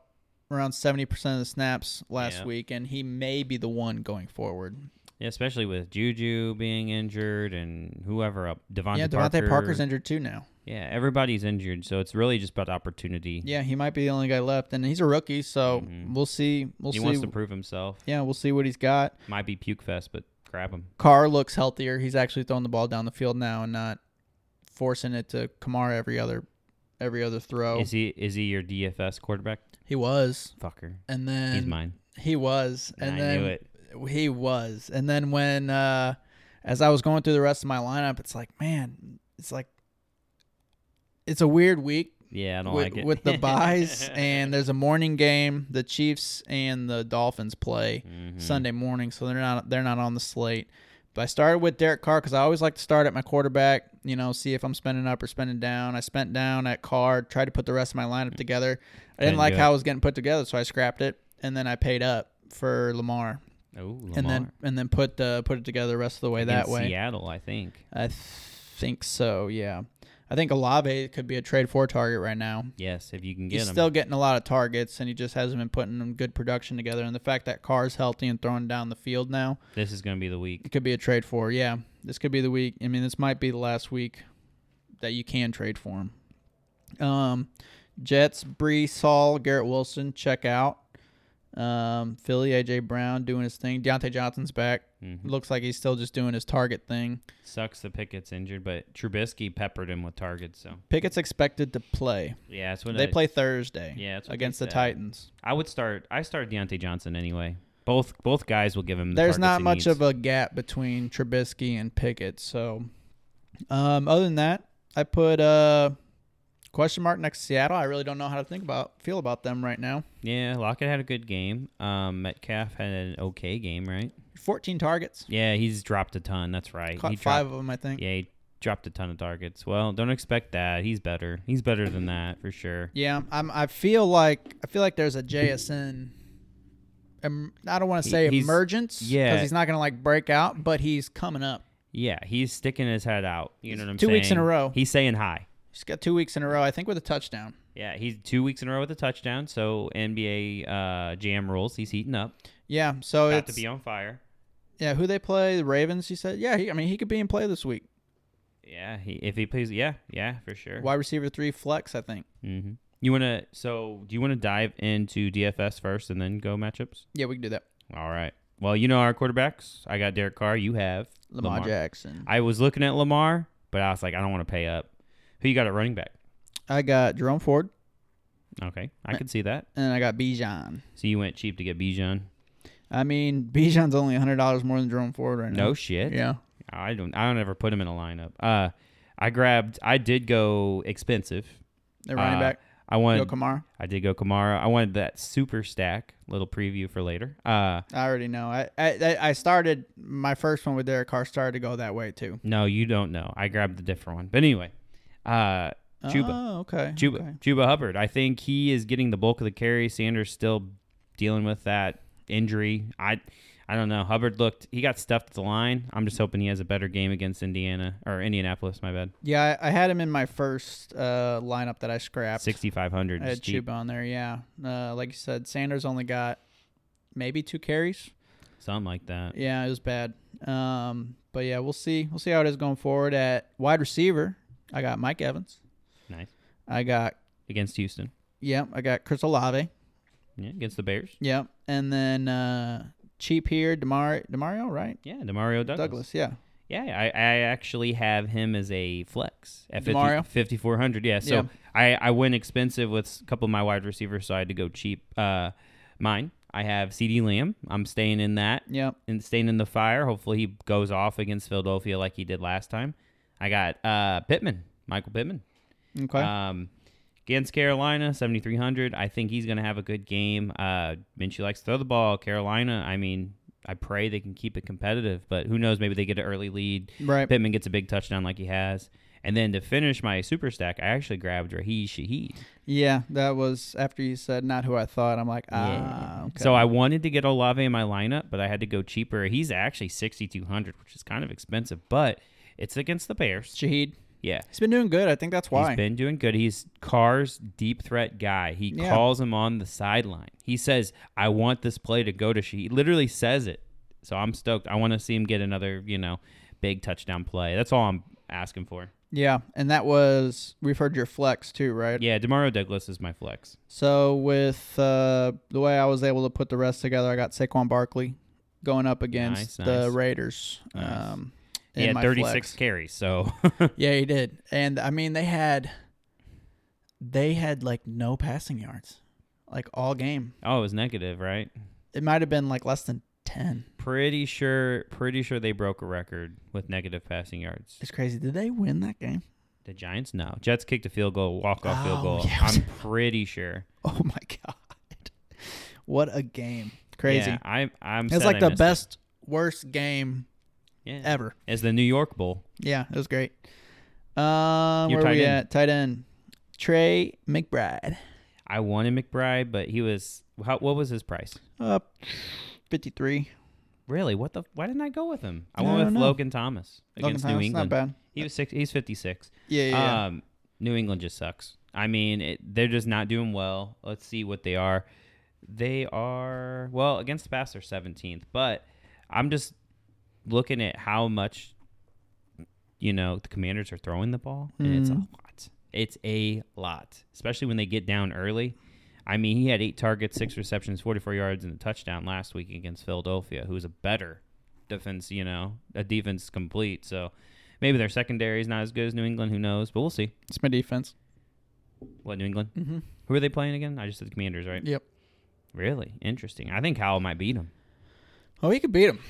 [SPEAKER 3] around seventy percent of the snaps last
[SPEAKER 2] Yeah.
[SPEAKER 3] week, and he may be the one going forward.
[SPEAKER 2] Yeah, especially with Juju being injured and whoever up Devontae.
[SPEAKER 3] yeah, Devontae
[SPEAKER 2] Parker.
[SPEAKER 3] Parker's injured too now.
[SPEAKER 2] Yeah, everybody's injured, so it's really just about opportunity.
[SPEAKER 3] Yeah, he might be the only guy left, and he's a rookie, so we'll see.
[SPEAKER 2] Mm-hmm. he
[SPEAKER 3] We'll see.
[SPEAKER 2] wants to prove himself.
[SPEAKER 3] yeah, we'll see what he's got.
[SPEAKER 2] Might be puke fest, but grab him.
[SPEAKER 3] Carr looks healthier. He's actually throwing the ball down the field now and not forcing it to Kamara every other every other throw.
[SPEAKER 2] Is he is he your DFS quarterback?
[SPEAKER 3] He was,
[SPEAKER 2] Fucker,
[SPEAKER 3] and then
[SPEAKER 2] he's mine.
[SPEAKER 3] he was, and
[SPEAKER 2] I
[SPEAKER 3] then
[SPEAKER 2] knew it.
[SPEAKER 3] he was, and then when uh, as I was going through the rest of my lineup, it's like man, it's like it's a weird week
[SPEAKER 2] Yeah, I don't
[SPEAKER 3] with,
[SPEAKER 2] like it
[SPEAKER 3] with the buys, and there's a morning game. The Chiefs and the Dolphins play
[SPEAKER 2] Mhm.
[SPEAKER 3] Sunday morning, so they're not they're not on the slate. But I started with Derek Carr because I always like to start at my quarterback. You know, see if I'm spending up or spending down. I spent down at Carr, tried to put the rest of my lineup together. I didn't
[SPEAKER 2] Couldn't
[SPEAKER 3] like
[SPEAKER 2] do
[SPEAKER 3] how
[SPEAKER 2] it.
[SPEAKER 3] it was getting put together, so I scrapped it, and then I paid up for Lamar,
[SPEAKER 2] Oh, Lamar.
[SPEAKER 3] and then and then put uh, put it together the rest of the way that
[SPEAKER 2] In
[SPEAKER 3] way.
[SPEAKER 2] Seattle, I think.
[SPEAKER 3] I think so. Yeah, I think Olave could be a trade for target right now.
[SPEAKER 2] Yes, if you can get
[SPEAKER 3] He's
[SPEAKER 2] him.
[SPEAKER 3] still getting a lot of targets, and he just hasn't been putting good production together. And the fact that Carr's healthy and throwing down the field now,
[SPEAKER 2] this is going to be the week.
[SPEAKER 3] it could be a trade for. Yeah, this could be the week. I mean, this might be the last week that you can trade for him. Um, Jets, Bree, Saul, Garrett Wilson, check out. Um, Philly, AJ Brown doing his thing. Deontay Johnson's back.
[SPEAKER 2] Mhm.
[SPEAKER 3] Looks like he's still just doing his target thing.
[SPEAKER 2] Sucks the Pickett's injured, but Trubisky peppered him with targets. So
[SPEAKER 3] Pickett's expected to play.
[SPEAKER 2] yeah, that's what
[SPEAKER 3] They
[SPEAKER 2] I,
[SPEAKER 3] play Thursday.
[SPEAKER 2] Yeah, that's what they
[SPEAKER 3] against the
[SPEAKER 2] said.
[SPEAKER 3] Titans.
[SPEAKER 2] I would start. I start Deontay Johnson anyway. Both both guys will give him. The
[SPEAKER 3] There's not much of
[SPEAKER 2] a.
[SPEAKER 3] a gap between Trubisky and Pickett. So, um, other than that, I put uh, question mark next to Seattle. I really don't know how to think about feel about them right now.
[SPEAKER 2] Yeah, Lockett had a good game. Um, Metcalf had an okay game, right?
[SPEAKER 3] 14 targets,
[SPEAKER 2] Yeah, he's dropped a ton. That's right.
[SPEAKER 3] caught
[SPEAKER 2] he
[SPEAKER 3] five
[SPEAKER 2] Dropped,
[SPEAKER 3] of them, I think. Yeah.
[SPEAKER 2] yeah, he dropped a ton of targets. Well, don't expect that. He's better. He's better than that for sure.
[SPEAKER 3] I'm. I feel like I feel like there's a JSN. Em, I don't want to
[SPEAKER 2] He-
[SPEAKER 3] say
[SPEAKER 2] he's-
[SPEAKER 3] emergence.
[SPEAKER 2] yeah.
[SPEAKER 3] because he's not gonna like break out, but he's coming up.
[SPEAKER 2] Yeah, he's sticking his head out. You know what I'm
[SPEAKER 3] two
[SPEAKER 2] saying?
[SPEAKER 3] weeks in a row.
[SPEAKER 2] He's saying hi.
[SPEAKER 3] He's got two weeks in a row, I think, with a touchdown.
[SPEAKER 2] Yeah, he's two weeks in a row with a touchdown. So NBA uh, Jam rules. He's heating up.
[SPEAKER 3] Yeah, so
[SPEAKER 2] About
[SPEAKER 3] it's
[SPEAKER 2] to be on fire.
[SPEAKER 3] Yeah, who they play? The Ravens. You said, yeah. He, I mean, he could be in play this week.
[SPEAKER 2] Yeah, he, if he plays, yeah, yeah, for sure.
[SPEAKER 3] Wide receiver three flex, I think.
[SPEAKER 2] hmm You want to? So, do you want to dive into DFS first and then go matchups?
[SPEAKER 3] Yeah, we can do that.
[SPEAKER 2] All right. Well, you know our quarterbacks. I got Derek Carr. You have
[SPEAKER 3] Lamar, Jackson.
[SPEAKER 2] I was looking at Lamar, but I was like, I don't want to pay up. Who you got at running back?
[SPEAKER 3] I got Jerome Ford
[SPEAKER 2] Okay, I could see that.
[SPEAKER 3] and I got Bijan.
[SPEAKER 2] So you went cheap to get Bijan.
[SPEAKER 3] Mm-hmm. I mean, Bijan's only hundred dollars more than Jerome Ford right now.
[SPEAKER 2] No shit.
[SPEAKER 3] Yeah.
[SPEAKER 2] I don't. I don't ever put him in a lineup. Uh, I grabbed. I did go expensive.
[SPEAKER 3] The running
[SPEAKER 2] Uh,
[SPEAKER 3] back.
[SPEAKER 2] I
[SPEAKER 3] Yo
[SPEAKER 2] wanted.
[SPEAKER 3] Kamara.
[SPEAKER 2] I did go Kamara. I wanted that super stack. Little preview for later. Uh,
[SPEAKER 3] I already know. I, I I- I started my first one with Derek Carr. Started to go that way too.
[SPEAKER 2] no, you don't know. I grabbed the different one. But anyway, uh, Chuba.
[SPEAKER 3] Oh, okay.
[SPEAKER 2] Juba,
[SPEAKER 3] okay.
[SPEAKER 2] Juba Hubbard. I think he is getting the bulk of the carry. Sanders still dealing with that injury. I, I don't know. Hubbard looked. He got stuffed at the line. I'm just hoping he has a better game against Indiana or Indianapolis. My bad.
[SPEAKER 3] Yeah, I, I had him in my first uh, lineup that I scrapped.
[SPEAKER 2] 6,500
[SPEAKER 3] I
[SPEAKER 2] is
[SPEAKER 3] had
[SPEAKER 2] cheap.
[SPEAKER 3] Chuba on there. Yeah. Uh, like you said, Sanders only got maybe two carries.
[SPEAKER 2] Something like that.
[SPEAKER 3] Yeah, it was bad. Um, but yeah, we'll see. We'll see how it is going forward. At wide receiver, I got Mike Evans.
[SPEAKER 2] Nice
[SPEAKER 3] I got
[SPEAKER 2] against Houston.
[SPEAKER 3] yeah, I got Chris Olave.
[SPEAKER 2] Yeah, against the Bears.
[SPEAKER 3] Yeah, and then uh, cheap here, Demar Demario, right?
[SPEAKER 2] Yeah, Demario Douglas.
[SPEAKER 3] Douglas, yeah.
[SPEAKER 2] Yeah, I, I actually have him as a flex at 50
[SPEAKER 3] Demario?
[SPEAKER 2] 5,400. Yeah, so
[SPEAKER 3] Yeah.
[SPEAKER 2] I, I went expensive with s- a couple of my wide receivers, so I had to go cheap. Uh, mine, I have CD Lamb. I'm staying in that
[SPEAKER 3] Yep.
[SPEAKER 2] and staying in the fire. Hopefully, he goes off against Philadelphia like he did last time. I got uh, Pittman, Michael Pittman.
[SPEAKER 3] Okay.
[SPEAKER 2] Um, against Carolina, 7,300. I think he's going to have a good game. Uh, Minshew likes to throw the ball. Carolina, I mean, I pray they can keep it competitive, but who knows? Maybe they get an early lead.
[SPEAKER 3] Right.
[SPEAKER 2] Pittman gets a big touchdown like he has. And then to finish my super stack, I actually grabbed Raheed Shaheed.
[SPEAKER 3] yeah, that was after you said not who I thought. I'm like, ah,
[SPEAKER 2] Yeah.
[SPEAKER 3] okay.
[SPEAKER 2] So I wanted to get Olave in my lineup, but I had to go cheaper. He's actually 6,200, which is kind of expensive, but it's against the Bears.
[SPEAKER 3] Shaheed,
[SPEAKER 2] Yeah.
[SPEAKER 3] he's been doing good. I think that's why.
[SPEAKER 2] He's been doing good. He's Carr's deep threat guy. He
[SPEAKER 3] Yeah.
[SPEAKER 2] calls him on the sideline. He says, "I want this play to go to." She He literally says it. So I'm stoked. I want to see him get another, you know, big touchdown play. That's all I'm asking for.
[SPEAKER 3] yeah, and that was we've heard your flex too, right?
[SPEAKER 2] Yeah, Demario Douglas is my flex.
[SPEAKER 3] So with uh, the way I was able to put the rest together, I got Saquon Barkley going up against
[SPEAKER 2] Nice,
[SPEAKER 3] the
[SPEAKER 2] nice.
[SPEAKER 3] Raiders.
[SPEAKER 2] Nice.
[SPEAKER 3] Um,
[SPEAKER 2] He
[SPEAKER 3] in
[SPEAKER 2] had
[SPEAKER 3] my
[SPEAKER 2] 36
[SPEAKER 3] flex.
[SPEAKER 2] carries. So
[SPEAKER 3] Yeah, he did, and I mean they had, they had like no passing yards, like all game.
[SPEAKER 2] oh, it was negative, right?
[SPEAKER 3] It might have been like less than ten.
[SPEAKER 2] Pretty sure, pretty sure they broke a record with negative passing yards.
[SPEAKER 3] It's crazy. Did they win that game?
[SPEAKER 2] The Giants, no. Jets kicked a field goal, walk off
[SPEAKER 3] Oh,
[SPEAKER 2] field goal.
[SPEAKER 3] yeah.
[SPEAKER 2] I'm pretty sure.
[SPEAKER 3] Oh my god, what a game! Crazy.
[SPEAKER 2] Yeah, I'm. I'm.
[SPEAKER 3] it's
[SPEAKER 2] sad I
[SPEAKER 3] like the
[SPEAKER 2] missed it.
[SPEAKER 3] best, worst game
[SPEAKER 2] Yeah.
[SPEAKER 3] ever.
[SPEAKER 2] as the New York Bowl.
[SPEAKER 3] Yeah, it was great. Um,
[SPEAKER 2] Your
[SPEAKER 3] where are
[SPEAKER 2] tight
[SPEAKER 3] we
[SPEAKER 2] end.
[SPEAKER 3] at? Tight end, Trey McBride,
[SPEAKER 2] I wanted McBride, but he was how, what was his price?
[SPEAKER 3] up fifty-three.
[SPEAKER 2] Really? What the? Why didn't I go with him? I
[SPEAKER 3] I
[SPEAKER 2] went
[SPEAKER 3] don't
[SPEAKER 2] with
[SPEAKER 3] know.
[SPEAKER 2] Logan Thomas
[SPEAKER 3] Logan
[SPEAKER 2] against New
[SPEAKER 3] Thomas,
[SPEAKER 2] England.
[SPEAKER 3] not bad.
[SPEAKER 2] He was six. He's fifty six.
[SPEAKER 3] Yeah, yeah, yeah.
[SPEAKER 2] Um, New England just sucks. I mean, it, they're just not doing well. Let's see what they are. They are well against the pass. They're seventeenth, but I'm just looking at how much you know the Commanders are throwing the ball, and it's a
[SPEAKER 3] Mm-hmm.
[SPEAKER 2] lot. It's a lot, especially when they get down early. I mean, he had eight targets, six receptions, 44 yards, and a touchdown last week against Philadelphia, who's a better defense, you know, a defense complete. So maybe their secondary is not as good as New England. Who knows? But we'll see.
[SPEAKER 3] it's my defense.
[SPEAKER 2] What, New England?
[SPEAKER 3] Mm-hmm.
[SPEAKER 2] Who are they playing again? I just said the Commanders, right?
[SPEAKER 3] Yep.
[SPEAKER 2] Really? Interesting. I think Howell might beat them.
[SPEAKER 3] Oh, he could beat him.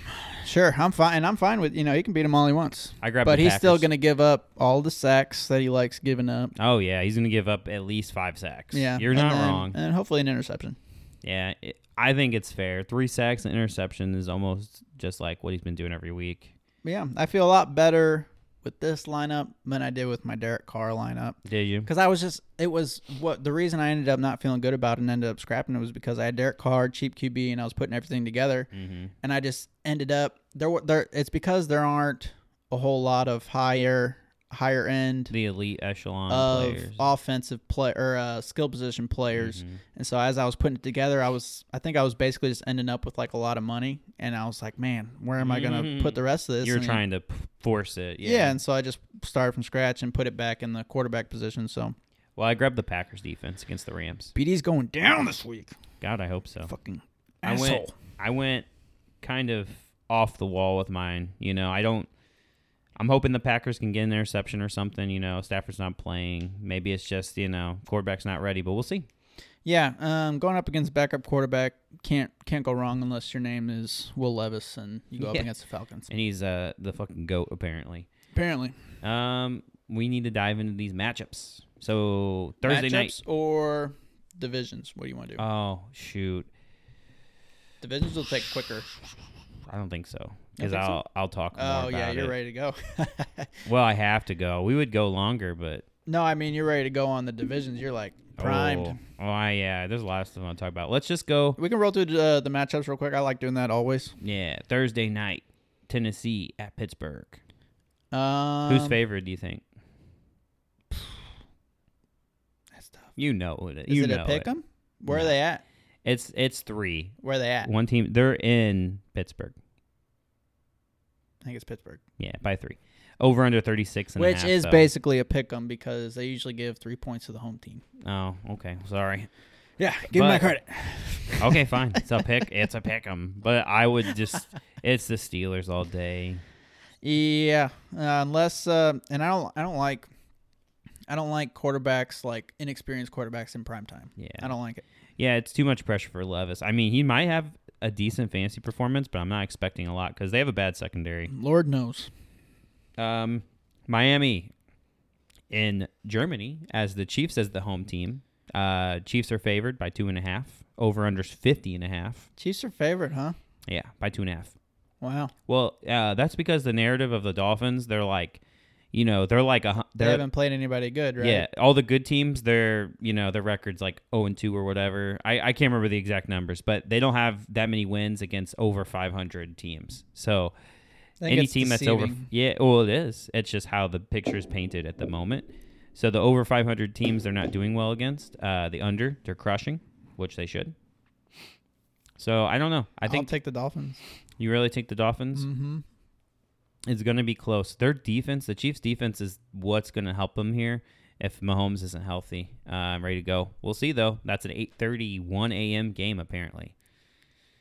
[SPEAKER 3] Sure, I'm fine. And I'm fine with you know he can beat him all he wants.
[SPEAKER 2] I grabbed
[SPEAKER 3] but
[SPEAKER 2] the
[SPEAKER 3] he's still
[SPEAKER 2] Packers.
[SPEAKER 3] gonna give up all the sacks that he likes giving up.
[SPEAKER 2] Oh, yeah. He's going to give up at least five sacks.
[SPEAKER 3] Yeah,
[SPEAKER 2] You're
[SPEAKER 3] and
[SPEAKER 2] not
[SPEAKER 3] then- uh,
[SPEAKER 2] wrong.
[SPEAKER 3] And hopefully an interception.
[SPEAKER 2] Yeah, it, I think it's fair. Three sacks and interception is almost just like what he's been doing every week.
[SPEAKER 3] But yeah, I feel a lot better with this lineup than I did with my Derek Carr lineup.
[SPEAKER 2] Did you?
[SPEAKER 3] Because I was just, it was what the reason I ended up not feeling good about it and ended up scrapping it was because I had Derek Carr, cheap QB, and I was putting everything together,
[SPEAKER 2] Mm-hmm.
[SPEAKER 3] and I just ended up there. were- There, it's because there aren't a whole lot of higher higher end
[SPEAKER 2] the elite echelon
[SPEAKER 3] of
[SPEAKER 2] players. Mm-hmm.
[SPEAKER 3] offensive play or uh, skill position players. And so as I was putting it together, I was I think I was basically just ending up with like a lot of money, and I was like, man, where am I gonna
[SPEAKER 2] Mhm.
[SPEAKER 3] put the rest of this?
[SPEAKER 2] You're
[SPEAKER 3] And-
[SPEAKER 2] trying to p- force it. Yeah.
[SPEAKER 3] yeah. And so I just started from scratch and put it back in the quarterback position. So
[SPEAKER 2] well, I grabbed the Packers defense against the Rams.
[SPEAKER 3] BD's going down this week.
[SPEAKER 2] God, I hope so.
[SPEAKER 3] Fucking
[SPEAKER 2] I
[SPEAKER 3] asshole.
[SPEAKER 2] went I went kind of off the wall with mine. You know, I don't I'm hoping the Packers can get an interception or something, you know, Stafford's not playing. Maybe it's just, you know, quarterback's not ready, but we'll see.
[SPEAKER 3] Yeah, um, going up against backup quarterback can't can't go wrong unless your name is Will Levis and you go up
[SPEAKER 2] Yeah.
[SPEAKER 3] against the Falcons.
[SPEAKER 2] And he's uh the fucking goat apparently.
[SPEAKER 3] Apparently,
[SPEAKER 2] Um we need to dive into these matchups. So Thursday night
[SPEAKER 3] Matchups or divisions. What do you want to do?
[SPEAKER 2] Oh, shoot.
[SPEAKER 3] divisions will take quicker.
[SPEAKER 2] I don't think so. Cuz
[SPEAKER 3] think so?
[SPEAKER 2] I'll I'll talk more
[SPEAKER 3] Oh
[SPEAKER 2] about
[SPEAKER 3] yeah, you're
[SPEAKER 2] it.
[SPEAKER 3] ready to go.
[SPEAKER 2] Well, I have to go. We would go longer, but
[SPEAKER 3] no, I mean you're ready to go on the divisions. You're like primed.
[SPEAKER 2] Oh, oh I, yeah, there's a lot of stuff I want to talk about. Let's just go
[SPEAKER 3] We can roll through uh, the, the matchups real quick. I like doing that always.
[SPEAKER 2] Yeah, Thursday night, Tennessee at Pittsburgh.
[SPEAKER 3] Um,
[SPEAKER 2] Who's favored? Do you think?
[SPEAKER 3] That's tough.
[SPEAKER 2] You know it.
[SPEAKER 3] Is
[SPEAKER 2] You
[SPEAKER 3] it
[SPEAKER 2] know
[SPEAKER 3] a pick 'em? Where are
[SPEAKER 2] No.
[SPEAKER 3] they at?
[SPEAKER 2] It's it's three.
[SPEAKER 3] Where are they at?
[SPEAKER 2] One team. They're in Pittsburgh.
[SPEAKER 3] I think it's Pittsburgh,
[SPEAKER 2] Yeah, by three. Over under 36 and a
[SPEAKER 3] which
[SPEAKER 2] half,
[SPEAKER 3] is
[SPEAKER 2] though.
[SPEAKER 3] basically a pick 'em because they usually give three points to the home team.
[SPEAKER 2] Oh, okay. Sorry.
[SPEAKER 3] Yeah, give me my
[SPEAKER 2] But-
[SPEAKER 3] credit.
[SPEAKER 2] Okay, fine. It's a pick. It's a pick 'em. But I would just. It's the Steelers all day.
[SPEAKER 3] Yeah, uh, unless uh, and I don't I don't like I don't like quarterbacks like inexperienced quarterbacks in prime time.
[SPEAKER 2] Yeah.
[SPEAKER 3] I don't like it.
[SPEAKER 2] Yeah, it's too much pressure for Levis. I mean, he might have a decent fantasy performance, but I'm not expecting a lot because they have a bad secondary.
[SPEAKER 3] Lord knows.
[SPEAKER 2] Um, Miami in Germany as the Chiefs as the home team. Uh, Chiefs are favored by two and a half. Over unders fifty and a half.
[SPEAKER 3] Chiefs are favorite, huh?
[SPEAKER 2] Yeah, by two and a half.
[SPEAKER 3] Wow.
[SPEAKER 2] Well, uh, that's because the narrative of the Dolphins, they're like, you know, they're like a hu-
[SPEAKER 3] They
[SPEAKER 2] they're
[SPEAKER 3] haven't played anybody good, right?
[SPEAKER 2] yeah, all the good teams, they're you know their records like zero and two or whatever. I I can't remember the exact numbers, but they don't have that many wins against over five hundred teams. So
[SPEAKER 3] I think
[SPEAKER 2] any
[SPEAKER 3] it's
[SPEAKER 2] team that's over
[SPEAKER 3] deceiving.
[SPEAKER 2] yeah well it is it's just how the picture is painted at the moment so the over 500 teams they're not doing well against uh, the under they're crushing which they should so i don't know i
[SPEAKER 3] I'll
[SPEAKER 2] think
[SPEAKER 3] take the Dolphins.
[SPEAKER 2] you really think the dolphins
[SPEAKER 3] Mm-hmm.
[SPEAKER 2] it's going to be close their defense the chiefs defense is what's going to help them here if mahomes isn't healthy uh, i'm ready to go we'll see though that's an 8.31 a.m game apparently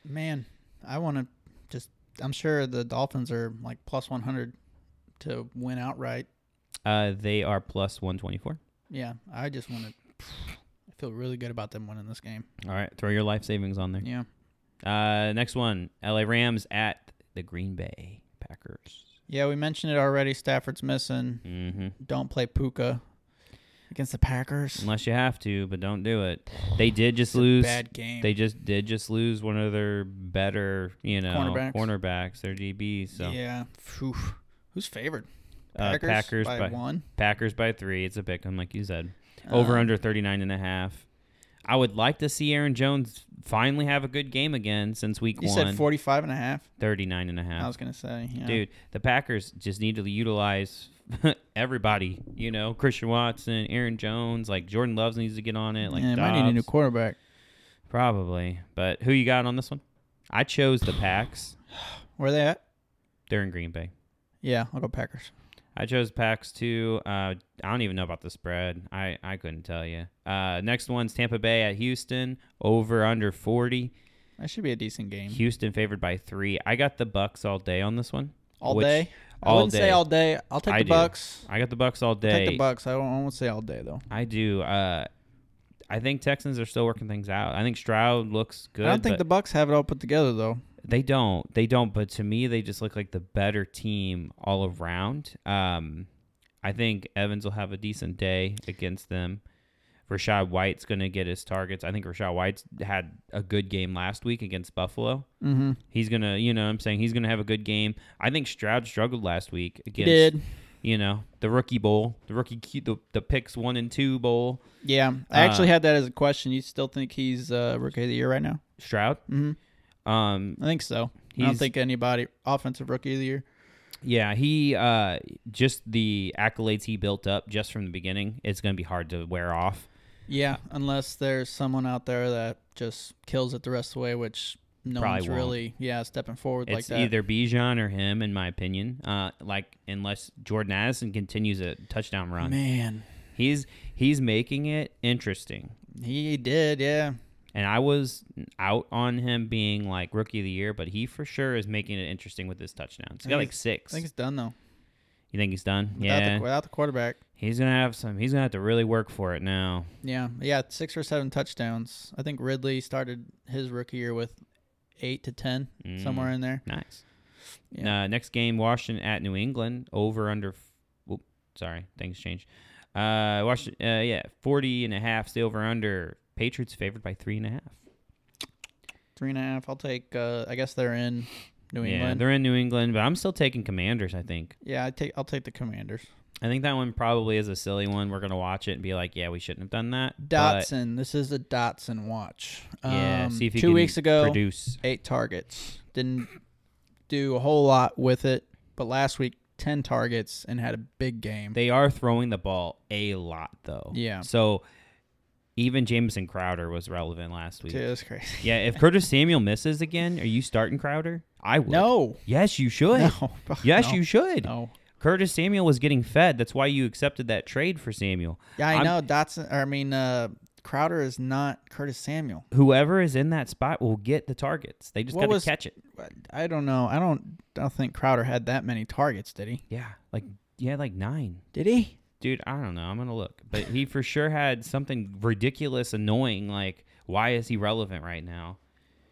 [SPEAKER 3] Man, I want to just. I'm sure the Dolphins are like plus 100 to win outright.
[SPEAKER 2] uh, they are plus 124
[SPEAKER 3] Yeah, I just want to. I feel really good about them winning this game.
[SPEAKER 2] all right throw your life savings on there
[SPEAKER 3] Yeah.
[SPEAKER 2] Uh, next one, LA Rams at the Green Bay Packers.
[SPEAKER 3] Yeah, we mentioned it already. Stafford's missing.
[SPEAKER 2] Mm-hmm.
[SPEAKER 3] Don't play Puka against the Packers.
[SPEAKER 2] Unless you have to, but don't do it. They did just lose.
[SPEAKER 3] Bad game.
[SPEAKER 2] They just did just lose one of their better, you know,
[SPEAKER 3] Cornerbacks.
[SPEAKER 2] cornerbacks, their DBs. So
[SPEAKER 3] Yeah. Phew. Who's favored?
[SPEAKER 2] uh, Packers,
[SPEAKER 3] by,
[SPEAKER 2] by,
[SPEAKER 3] one.
[SPEAKER 2] Packers by three. It's a pick 'em, like you said. Over
[SPEAKER 3] Um,
[SPEAKER 2] under 39 and a half. I would like to see Aaron Jones finally have a good game again since week
[SPEAKER 3] You
[SPEAKER 2] one.
[SPEAKER 3] said 45 and a half.
[SPEAKER 2] 39 and a half.
[SPEAKER 3] I was going to say. Yeah.
[SPEAKER 2] dude the packers just need to utilize everybody you know christian watson aaron jones like jordan loves needs to get on it like
[SPEAKER 3] yeah, might need a new
[SPEAKER 2] Dobbs,
[SPEAKER 3] quarterback.
[SPEAKER 2] probably but who you got on this one i chose the packs
[SPEAKER 3] Where they at?
[SPEAKER 2] they're in green bay
[SPEAKER 3] Yeah, I'll go Packers.
[SPEAKER 2] i chose packs too uh, i don't even know about the spread i, I couldn't tell you uh, next one's tampa bay at houston over under 40
[SPEAKER 3] That should be a decent game.
[SPEAKER 2] houston favored by three i got the bucks all day on this one
[SPEAKER 3] All
[SPEAKER 2] which-
[SPEAKER 3] day. I
[SPEAKER 2] all
[SPEAKER 3] wouldn't say
[SPEAKER 2] day.
[SPEAKER 3] all day. I'll take
[SPEAKER 2] I
[SPEAKER 3] the
[SPEAKER 2] do.
[SPEAKER 3] Bucks.
[SPEAKER 2] i got the bucks all day
[SPEAKER 3] Take the Bucks. I, won't, I won't say all day though.
[SPEAKER 2] I do. Uh, I think Texans are still working things out. I think Stroud looks good.
[SPEAKER 3] I don't think the
[SPEAKER 2] but
[SPEAKER 3] Bucks have it all put together though.
[SPEAKER 2] they don't. They don't. But to me, they just look like the better team all around. Um, I think Evans will have a decent day against them. Rashad White's going to get his targets. I think Rashad White's had a good game last week against Buffalo.
[SPEAKER 3] Mm-hmm.
[SPEAKER 2] He's going to, you know what I'm saying? He's going to have a good game. I think Stroud struggled last week against,
[SPEAKER 3] Did
[SPEAKER 2] you know, the rookie bowl, the rookie, Q- the, the picks one and two bowl.
[SPEAKER 3] yeah. I actually
[SPEAKER 2] Uh,
[SPEAKER 3] had that as a question. You still think he's uh, rookie of the year right now?
[SPEAKER 2] Stroud.
[SPEAKER 3] Mm-hmm.
[SPEAKER 2] Um,
[SPEAKER 3] I think so. I don't
[SPEAKER 2] He's-
[SPEAKER 3] think anybody offensive rookie of the year.
[SPEAKER 2] Yeah, he uh, just the accolades he built up just from the beginning. It's going to be hard to wear off.
[SPEAKER 3] Yeah, unless there's someone out there that just kills it the rest of the way, which no
[SPEAKER 2] Probably
[SPEAKER 3] one's
[SPEAKER 2] won't.
[SPEAKER 3] really yeah stepping forward like
[SPEAKER 2] It's
[SPEAKER 3] that.
[SPEAKER 2] either Bijan or him, in my opinion. Uh, like unless Jordan Addison continues a touchdown run,
[SPEAKER 3] Man,
[SPEAKER 2] he's he's making it interesting.
[SPEAKER 3] he did. Yeah,
[SPEAKER 2] And I was out on him being like rookie of the year, but he for sure is making it interesting with his touchdowns. He's got like
[SPEAKER 3] I
[SPEAKER 2] six.
[SPEAKER 3] think it's done though.
[SPEAKER 2] you think he's done?
[SPEAKER 3] Without,
[SPEAKER 2] yeah,
[SPEAKER 3] the, without the quarterback.
[SPEAKER 2] he's gonna have some. He's gonna have to really work for it now.
[SPEAKER 3] Yeah, yeah, six or seven touchdowns. I think Ridley started his rookie year with eight to ten,
[SPEAKER 2] Mm.
[SPEAKER 3] somewhere in there.
[SPEAKER 2] Nice.
[SPEAKER 3] Yeah.
[SPEAKER 2] Uh, next game, Washington at New England. Over under. F- oop, sorry, things changed. Uh, Washington. Uh, yeah, forty and a half. Still over under. Patriots favored by three and a half.
[SPEAKER 3] Three and a half. I'll take. Uh, I guess they're in New
[SPEAKER 2] yeah,
[SPEAKER 3] England.
[SPEAKER 2] they're in New England, but I'm still taking Commanders. I think.
[SPEAKER 3] Yeah, I take. I'll take the Commanders.
[SPEAKER 2] I think that one probably is a silly one. We're gonna watch it and be like, yeah, we shouldn't have done that. But,
[SPEAKER 3] Dotson. this is the Dotson watch.
[SPEAKER 2] yeah.
[SPEAKER 3] Um,
[SPEAKER 2] see if he
[SPEAKER 3] two
[SPEAKER 2] can
[SPEAKER 3] weeks ago,
[SPEAKER 2] Produce.
[SPEAKER 3] eight targets. Didn't do a whole lot with it, but last week ten targets and had a big game.
[SPEAKER 2] They are throwing the ball a lot though.
[SPEAKER 3] Yeah.
[SPEAKER 2] So. Even Jameson Crowder was relevant last week.
[SPEAKER 3] Dude, that's crazy.
[SPEAKER 2] Yeah, if Curtis Samuel misses again, are you starting Crowder? I would.
[SPEAKER 3] No.
[SPEAKER 2] Yes, you should.
[SPEAKER 3] No.
[SPEAKER 2] Yes,
[SPEAKER 3] No.
[SPEAKER 2] you should.
[SPEAKER 3] No.
[SPEAKER 2] Curtis Samuel was getting fed. That's why you accepted that trade for Samuel.
[SPEAKER 3] Yeah, I
[SPEAKER 2] I'm-
[SPEAKER 3] know. Dotson. Or I mean, uh, Crowder is not Curtis Samuel.
[SPEAKER 2] Whoever is in that spot will get the targets. They just
[SPEAKER 3] What
[SPEAKER 2] got to
[SPEAKER 3] was-
[SPEAKER 2] catch it.
[SPEAKER 3] I don't know. I don't. I don't think Crowder had that many targets. Did he?
[SPEAKER 2] Yeah, like yeah, like nine.
[SPEAKER 3] Did he?
[SPEAKER 2] Dude, I don't know. I'm gonna look, but he for sure had something ridiculous, annoying. Like, why is he relevant right now?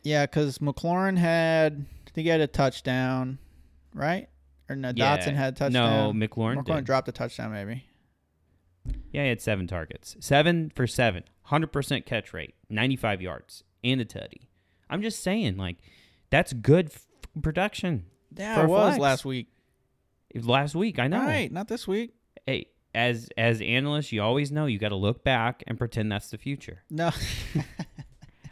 [SPEAKER 3] Yeah, because McLaurin had. I think he had a touchdown, right? Or no,
[SPEAKER 2] Yeah.
[SPEAKER 3] Dotson had a touchdown.
[SPEAKER 2] No, McLaurin did.
[SPEAKER 3] dropped a touchdown, maybe.
[SPEAKER 2] Yeah, he had seven targets, seven for seven, hundred percent catch rate, ninety-five yards, and a tutty. I'm just saying, like, that's good f- production.
[SPEAKER 3] Yeah,
[SPEAKER 2] for a
[SPEAKER 3] it was
[SPEAKER 2] flex.
[SPEAKER 3] last week.
[SPEAKER 2] Last week, I know.
[SPEAKER 3] Right, not this week.
[SPEAKER 2] hey, as as analysts, you always know you got to look back and pretend that's the future.
[SPEAKER 3] No.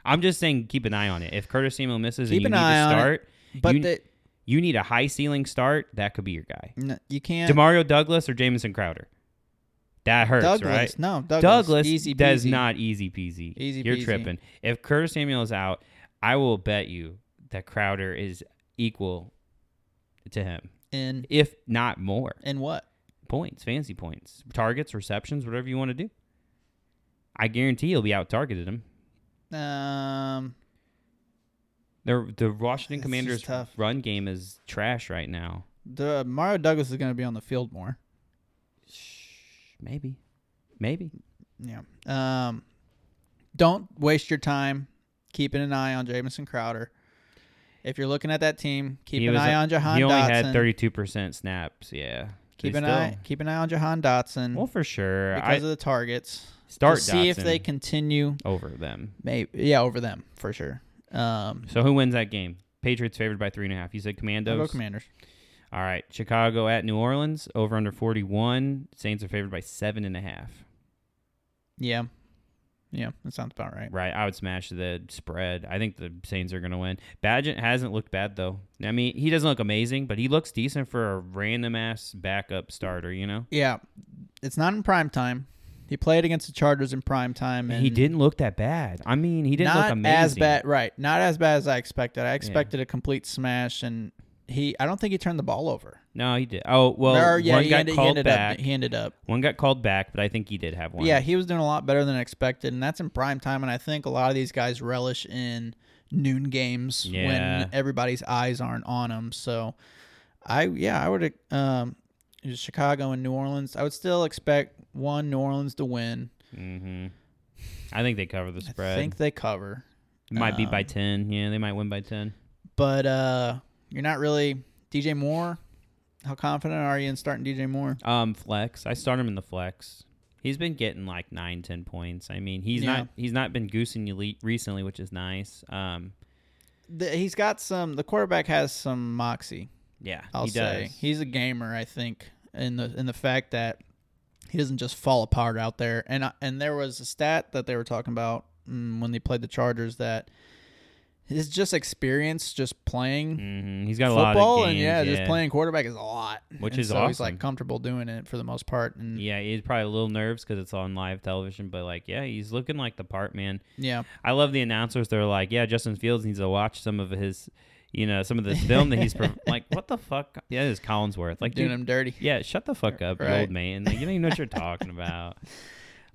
[SPEAKER 2] I'm just saying, keep an eye on it. If Curtis Samuel misses
[SPEAKER 3] Keep
[SPEAKER 2] and you
[SPEAKER 3] an
[SPEAKER 2] need
[SPEAKER 3] eye
[SPEAKER 2] to
[SPEAKER 3] on it,
[SPEAKER 2] start,
[SPEAKER 3] But
[SPEAKER 2] you,
[SPEAKER 3] the,
[SPEAKER 2] you need a high ceiling start. That could be your guy,
[SPEAKER 3] no, you can't.
[SPEAKER 2] Demario Douglas or Jamison Crowder. That hurts,
[SPEAKER 3] Douglas,
[SPEAKER 2] right?
[SPEAKER 3] no, Douglas.
[SPEAKER 2] Douglas,
[SPEAKER 3] easy
[SPEAKER 2] does
[SPEAKER 3] peasy.
[SPEAKER 2] not easy peasy.
[SPEAKER 3] Easy
[SPEAKER 2] You're
[SPEAKER 3] peasy.
[SPEAKER 2] tripping. If Curtis Samuel is out, I will bet you that Crowder is equal to him,
[SPEAKER 3] in
[SPEAKER 2] if not more.
[SPEAKER 3] in what?
[SPEAKER 2] points, fancy points, targets, receptions, whatever you want to do. I guarantee he'll be out targeted him.
[SPEAKER 3] Um,
[SPEAKER 2] Their the Washington
[SPEAKER 3] It's
[SPEAKER 2] Commanders
[SPEAKER 3] just tough.
[SPEAKER 2] run game is trash right now.
[SPEAKER 3] the Mario Douglas is going to be on the field more.
[SPEAKER 2] Maybe, maybe.
[SPEAKER 3] Yeah. Um, don't waste your time keeping an eye on Jamison Crowder. If you're looking at that team, keep
[SPEAKER 2] He
[SPEAKER 3] an
[SPEAKER 2] was-
[SPEAKER 3] eye on Jahan
[SPEAKER 2] he only
[SPEAKER 3] Dotson.
[SPEAKER 2] had thirty two percent snaps. Yeah.
[SPEAKER 3] keep
[SPEAKER 2] They
[SPEAKER 3] an
[SPEAKER 2] still-
[SPEAKER 3] eye. Keep an eye on Jahan Dotson
[SPEAKER 2] Well, for sure.
[SPEAKER 3] because
[SPEAKER 2] I
[SPEAKER 3] of the targets.
[SPEAKER 2] start
[SPEAKER 3] to see if
[SPEAKER 2] Dotson
[SPEAKER 3] they continue.
[SPEAKER 2] over them.
[SPEAKER 3] Maybe yeah, over them for sure. Um,
[SPEAKER 2] So who wins that game? Patriots favored by three and a half. You said
[SPEAKER 3] I'll
[SPEAKER 2] Commandos.
[SPEAKER 3] go Commanders.
[SPEAKER 2] All right, Chicago at New Orleans over under forty one. Saints are favored by seven and a half.
[SPEAKER 3] Yeah, yeah, that sounds about right.
[SPEAKER 2] Right, I would smash the spread. I think the Saints are going to win. Badgett hasn't looked bad though. I mean, he doesn't look amazing, but he looks decent for a random ass backup starter. You know,
[SPEAKER 3] Yeah, it's not in prime time. He played against the Chargers in prime time, and
[SPEAKER 2] he didn't look that bad. I mean, he didn't
[SPEAKER 3] not
[SPEAKER 2] look amazing.
[SPEAKER 3] as bad. Right, not as bad as I expected. I expected a complete smash, and he. I don't think he turned the ball over.
[SPEAKER 2] No, he did. Oh well,
[SPEAKER 3] Or, yeah,
[SPEAKER 2] one
[SPEAKER 3] he
[SPEAKER 2] got
[SPEAKER 3] ended, he
[SPEAKER 2] called
[SPEAKER 3] ended
[SPEAKER 2] back.
[SPEAKER 3] up. He ended up.
[SPEAKER 2] one got called back, but I think he did have one.
[SPEAKER 3] Yeah, he was doing a lot better than expected, and that's in prime time. And I think a lot of these guys relish in noon games
[SPEAKER 2] Yeah.
[SPEAKER 3] when everybody's eyes aren't on them. So, I yeah, I would um, just Chicago and New Orleans. I would still expect one New Orleans to win.
[SPEAKER 2] hmm I think they cover the
[SPEAKER 3] I
[SPEAKER 2] spread.
[SPEAKER 3] think they cover,
[SPEAKER 2] it might be by
[SPEAKER 3] um,
[SPEAKER 2] ten. Yeah, they might win by ten.
[SPEAKER 3] but uh, you're not really DJ Moore. How confident are you in starting DJ Moore?
[SPEAKER 2] Um, flex. I start him in the flex. He's been getting like nine, ten points. I mean, he's
[SPEAKER 3] Yeah.
[SPEAKER 2] not he's not been goosing you le- recently, which is nice. Um,
[SPEAKER 3] The, he's got some. The quarterback has some moxie.
[SPEAKER 2] yeah,
[SPEAKER 3] I'll
[SPEAKER 2] he
[SPEAKER 3] say
[SPEAKER 2] does.
[SPEAKER 3] he's a gamer. I think in the in the fact that he doesn't just fall apart out there. And I, and there was a stat that they were talking about mm, when they played the Chargers that his just experience just playing
[SPEAKER 2] hmm He's got a
[SPEAKER 3] football
[SPEAKER 2] lot of games,
[SPEAKER 3] and yeah, just playing quarterback is a lot,
[SPEAKER 2] Which
[SPEAKER 3] And
[SPEAKER 2] is
[SPEAKER 3] so He's
[SPEAKER 2] awesome.
[SPEAKER 3] like comfortable doing it for the most part, and yeah,
[SPEAKER 2] Yeah, he's probably a little nervous because it's on live television, but like, yeah, he's looking like the part, man.
[SPEAKER 3] yeah,
[SPEAKER 2] I love the announcers. They're like, yeah, Justin Fields needs to watch some of his, you know, some of this film that he's pro- like, what the fuck? Yeah, it's Collinsworth. Like,
[SPEAKER 3] doing
[SPEAKER 2] dude,
[SPEAKER 3] him dirty.
[SPEAKER 2] yeah, shut the fuck up, you
[SPEAKER 3] Right.
[SPEAKER 2] old man. Like, you don't even know what you're talking about.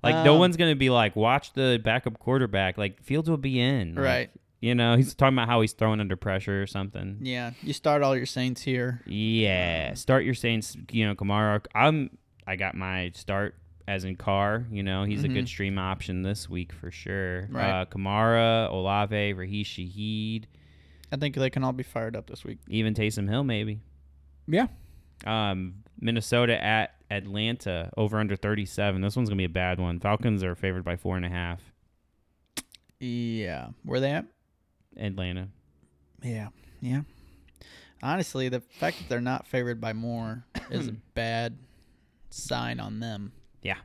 [SPEAKER 2] Like, no
[SPEAKER 3] Um,
[SPEAKER 2] one's gonna be like, watch the backup quarterback. Like, Fields will be in. Like,
[SPEAKER 3] Right.
[SPEAKER 2] You know, he's talking about how he's thrown under pressure or something.
[SPEAKER 3] Yeah, you start all your Saints here. um,
[SPEAKER 2] Yeah, start your Saints. You know, Kamara. I'm. I got my start as in Carr. You know, he's a good stream option this week for sure.
[SPEAKER 3] Mm-hmm. Right.
[SPEAKER 2] Uh, Kamara, Olave, Raheem Shaheed,
[SPEAKER 3] I think they can all be fired up this week.
[SPEAKER 2] even Taysom Hill, maybe.
[SPEAKER 3] Yeah,
[SPEAKER 2] Um, Minnesota at Atlanta over under 37. This one's gonna be a bad one. Falcons are favored by four and a half.
[SPEAKER 3] yeah. Where they at?
[SPEAKER 2] Atlanta.
[SPEAKER 3] Yeah, yeah. Honestly, the fact that they're not favored by more is a bad sign on them.
[SPEAKER 2] Yeah.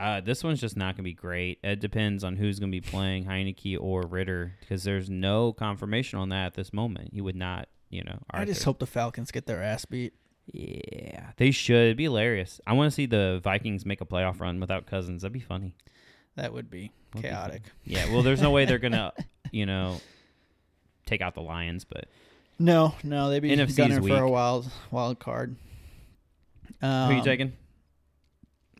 [SPEAKER 2] Uh, this one's just not going to be great. It depends on who's going to be playing Heineke or Ritter because there's no confirmation on that at this moment. You would not, you know.
[SPEAKER 3] I just
[SPEAKER 2] Arthur.
[SPEAKER 3] hope the Falcons get their ass beat.
[SPEAKER 2] Yeah, they should It'd be hilarious. I want to see the Vikings make a playoff run without Cousins. That'd be funny.
[SPEAKER 3] That would be chaotic.
[SPEAKER 2] Yeah. Well, there's no way they're gonna, you know, take out the Lions, but
[SPEAKER 3] No, no, they'd be
[SPEAKER 2] NFC 's
[SPEAKER 3] gunning for a
[SPEAKER 2] weak.
[SPEAKER 3] wild wild card.
[SPEAKER 2] who
[SPEAKER 3] Um,
[SPEAKER 2] are you taking?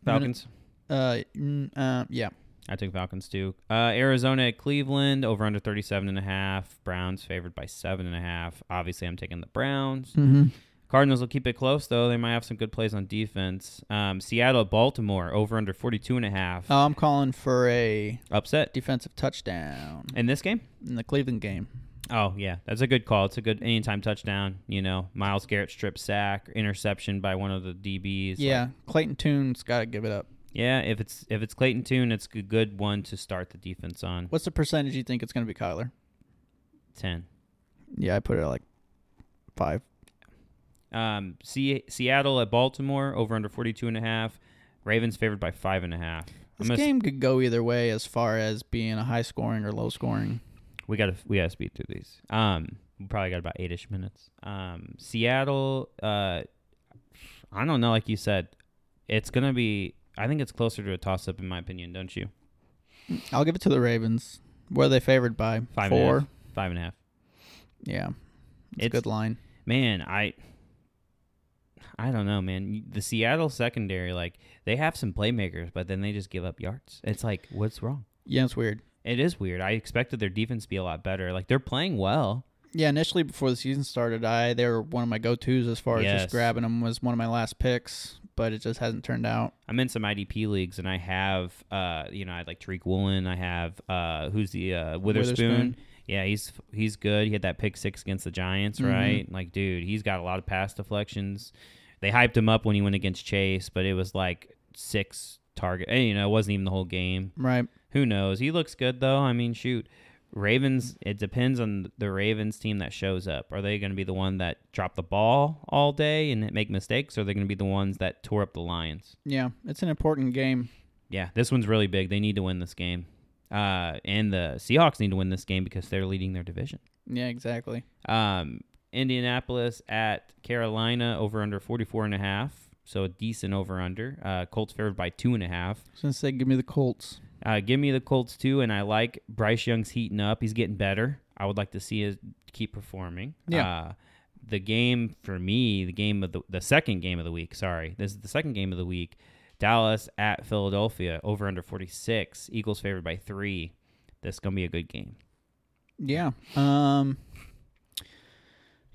[SPEAKER 2] Falcons.
[SPEAKER 3] Uh, mm, um, yeah.
[SPEAKER 2] I took Falcons too. Uh, Arizona at Cleveland over under 37 and a half. Browns favored by seven and a half. Obviously, I'm taking the Browns.
[SPEAKER 3] Mm-hmm.
[SPEAKER 2] Cardinals will keep it close though. They might have some good plays on defense. Um, Seattle, Baltimore over under 42 and a half.
[SPEAKER 3] Oh, I'm calling for a
[SPEAKER 2] Upset
[SPEAKER 3] defensive touchdown
[SPEAKER 2] in this game?
[SPEAKER 3] in the Cleveland game.
[SPEAKER 2] Oh yeah, that's a good call. It's a good anytime touchdown. You know, Miles Garrett strip sack, interception by one of the DBs.
[SPEAKER 3] yeah,
[SPEAKER 2] Like,
[SPEAKER 3] Clayton Toon's got to give it up.
[SPEAKER 2] yeah. If it's if it's Clayton Tune, it's a good one to start the defense on.
[SPEAKER 3] What's the percentage you think it's going to be, Kyler?
[SPEAKER 2] Ten.
[SPEAKER 3] Yeah, I put it at like five.
[SPEAKER 2] Um, Se- Seattle at Baltimore over under 42 and a half. Ravens favored by five and a half. I'm
[SPEAKER 3] This
[SPEAKER 2] gonna s-
[SPEAKER 3] game could go either way as far as being a high scoring or low scoring.
[SPEAKER 2] we gotta we gotta speed through these. Um, we probably got about eight-ish minutes. Um, Seattle. Uh, I don't know. Like you said, it's gonna be. I think it's closer to a toss-up in my opinion. Don't you?
[SPEAKER 3] I'll give it to the Ravens. Where are they favored by?
[SPEAKER 2] Five and a
[SPEAKER 3] Four.
[SPEAKER 2] half. Five and a half.
[SPEAKER 3] Yeah. It's,
[SPEAKER 2] It's-
[SPEAKER 3] a good line.
[SPEAKER 2] Man, I. I don't know, man. The Seattle secondary, like they have some playmakers, but then they just give up yards. It's like, what's wrong?
[SPEAKER 3] Yeah, it's weird.
[SPEAKER 2] It is weird. I expected their defense to be a lot better. Like they're playing well.
[SPEAKER 3] Yeah, initially before the season started, I they were one of my go tos as far as
[SPEAKER 2] Yes.
[SPEAKER 3] just grabbing them was one of my last picks, but it just hasn't turned out.
[SPEAKER 2] I'm in some IDP leagues, and I have, uh, you know, I had like Tariq Woolen. I have uh, who's the uh, Witherspoon.
[SPEAKER 3] Witherspoon.
[SPEAKER 2] Yeah, he's he's good. He had that pick six against the Giants, right? Like, dude, he's got a lot of pass deflections. They hyped him up when he went against Chase, but it was like six target. And, you know, it wasn't even the whole game.
[SPEAKER 3] Right.
[SPEAKER 2] Who knows? He looks good though. I mean, shoot, Ravens. It depends on the Ravens team that shows up. Are they going to be the one that drop the ball all day and make mistakes, or are they going to be the ones that tore up the Lions?
[SPEAKER 3] Yeah, it's an important game.
[SPEAKER 2] Yeah, this one's really big. They need to win this game. Uh, and the Seahawks need to win this game because they're leading their division.
[SPEAKER 3] Yeah, exactly.
[SPEAKER 2] Um, Indianapolis at Carolina over under 44 and a half. So a decent over under. Uh, Colts favored by two and a half.
[SPEAKER 3] Since they give me the Colts.
[SPEAKER 2] Uh, give me the Colts too, and I like Bryce Young's heating up. He's getting better. I would like to see his keep performing.
[SPEAKER 3] Yeah.
[SPEAKER 2] Uh, the game for me, the game of the the second game of the week. Sorry, this is the second game of the week. Dallas at Philadelphia over under forty six. Eagles favored by three. This is gonna be a good game.
[SPEAKER 3] Yeah. Um.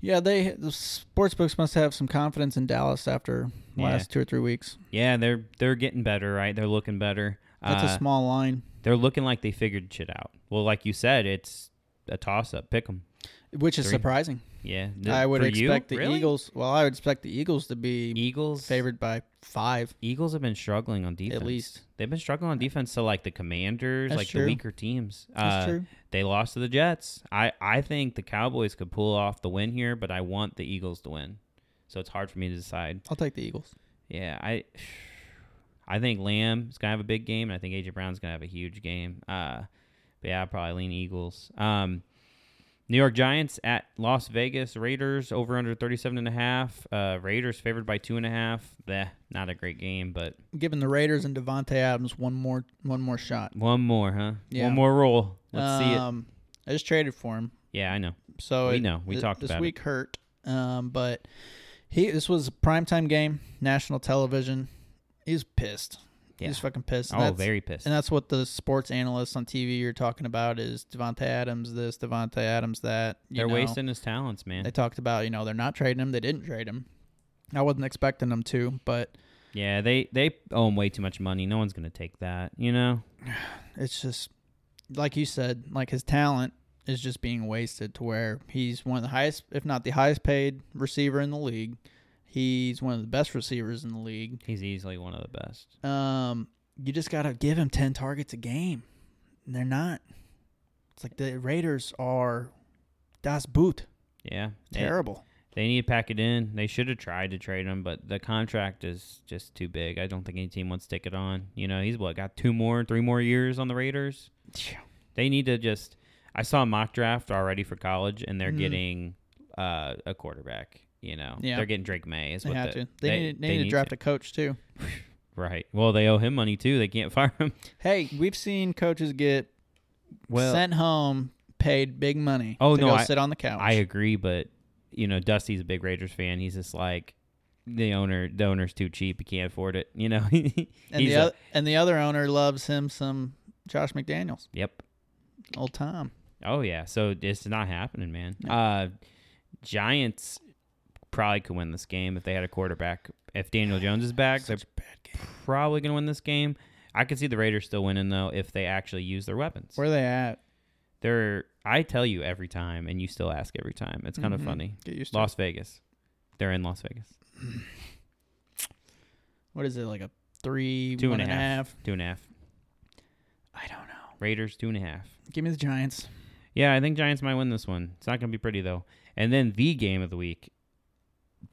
[SPEAKER 3] Yeah, they the sportsbooks must have some confidence in Dallas after
[SPEAKER 2] Yeah.
[SPEAKER 3] last two or three weeks.
[SPEAKER 2] Yeah, they're they're getting better, right? They're looking better.
[SPEAKER 3] That's
[SPEAKER 2] Uh,
[SPEAKER 3] a small line,
[SPEAKER 2] they're looking like they figured shit out. Well, like you said, it's a toss up. Pick them.
[SPEAKER 3] which is
[SPEAKER 2] three.
[SPEAKER 3] surprising.
[SPEAKER 2] Yeah, Th-
[SPEAKER 3] I would
[SPEAKER 2] for you?
[SPEAKER 3] expect the
[SPEAKER 2] Really?
[SPEAKER 3] Eagles. Well, I would expect the Eagles to be
[SPEAKER 2] Eagles
[SPEAKER 3] favored by five.
[SPEAKER 2] Eagles have been struggling on defense.
[SPEAKER 3] least.
[SPEAKER 2] they've been struggling on defense to like the Commanders,
[SPEAKER 3] That's
[SPEAKER 2] like
[SPEAKER 3] true.
[SPEAKER 2] the weaker teams.
[SPEAKER 3] That's
[SPEAKER 2] Uh,
[SPEAKER 3] true.
[SPEAKER 2] They lost to the Jets. I I think the Cowboys could pull off the win here, but I want the Eagles to win. So it's hard for me to decide.
[SPEAKER 3] I'll take the Eagles.
[SPEAKER 2] Yeah, I I think Lamb is gonna have a big game, and I think AJ Brown's gonna have a huge game. Uh, but yeah, I probably lean Eagles. Um, New York Giants at Las Vegas Raiders over under 37 and a half. Uh, Raiders favored by two and a half. Bleh, not a great game, but
[SPEAKER 3] Giving the Raiders and Devontae Adams one more one more shot.
[SPEAKER 2] one more, huh?
[SPEAKER 3] Yeah.
[SPEAKER 2] One more roll. Let's see it.
[SPEAKER 3] um, I just traded for him.
[SPEAKER 2] Yeah, I know.
[SPEAKER 3] So
[SPEAKER 2] We
[SPEAKER 3] it-
[SPEAKER 2] know. We
[SPEAKER 3] thi-
[SPEAKER 2] talked
[SPEAKER 3] this
[SPEAKER 2] about it.
[SPEAKER 3] week hurt, um, but he this was a primetime game, national television. He's pissed.
[SPEAKER 2] Yeah.
[SPEAKER 3] He's fucking pissed. And
[SPEAKER 2] Oh,
[SPEAKER 3] that's-
[SPEAKER 2] very pissed.
[SPEAKER 3] And that's what the sports analysts on TV are talking about is Devonte Adams this, Devonte Adams that. you
[SPEAKER 2] They're
[SPEAKER 3] know.
[SPEAKER 2] wasting his talents, man.
[SPEAKER 3] They talked about you know they're not trading him. They didn't trade him. I wasn't expecting them to, but
[SPEAKER 2] yeah, they they owe him way too much money. No one's gonna take that, you know.
[SPEAKER 3] it's just like you said, like his talent is just being wasted to where he's one of the highest, if not the highest paid receiver in the league. He's one of the best receivers in the league.
[SPEAKER 2] He's easily one of the best.
[SPEAKER 3] Um, you just gotta give him ten targets a game. And they're not. It's like the Raiders are das Boot.
[SPEAKER 2] Yeah, They-
[SPEAKER 3] Terrible.
[SPEAKER 2] They, need to pack it in. They should have tried to trade him, but the contract is just too big. I don't think any team wants to take it on. You know, he's what got two more, three more years on the Raiders. They need to just. I saw a mock draft already for college, and they're
[SPEAKER 3] Mhm.
[SPEAKER 2] getting uh, a quarterback. You know,
[SPEAKER 3] Yeah.
[SPEAKER 2] they're getting Drake May. Is
[SPEAKER 3] They
[SPEAKER 2] what
[SPEAKER 3] have
[SPEAKER 2] the-
[SPEAKER 3] to. They, need, they, need to draft a coach too.
[SPEAKER 2] right. Well, they owe him money too. They can't fire him.
[SPEAKER 3] Hey, we've seen coaches get
[SPEAKER 2] Well,
[SPEAKER 3] sent home, paid big money.
[SPEAKER 2] Oh,
[SPEAKER 3] to
[SPEAKER 2] no,
[SPEAKER 3] go
[SPEAKER 2] I-
[SPEAKER 3] sit on the couch.
[SPEAKER 2] I agree, but you know, Dusty's a big Raiders fan. He's just like the owner. The owner's too cheap. He can't afford it. You know.
[SPEAKER 3] and the other and the other owner loves him some Josh McDaniels,
[SPEAKER 2] Yep.
[SPEAKER 3] old Tom.
[SPEAKER 2] Oh yeah. So it's not happening, man. Uh, Giants probably could win this game if they had a quarterback. If Daniel Jones is back, they're
[SPEAKER 3] bad game.
[SPEAKER 2] probably gonna win this game. I could see the Raiders still winning though if they actually use their weapons.
[SPEAKER 3] Where they at?
[SPEAKER 2] They're I tell you every time, and you still ask every time. It's kind of
[SPEAKER 3] Mhm.
[SPEAKER 2] funny.
[SPEAKER 3] Get used to. it.
[SPEAKER 2] Las Vegas. They're in Las Vegas.
[SPEAKER 3] What is it like a three,
[SPEAKER 2] Two
[SPEAKER 3] one
[SPEAKER 2] and a half.
[SPEAKER 3] half?
[SPEAKER 2] Two and a half.
[SPEAKER 3] I don't know.
[SPEAKER 2] Raiders two and a half.
[SPEAKER 3] Give me the Giants.
[SPEAKER 2] Yeah, I think Giants might win this one. It's not going to be pretty though. And then the game of the week,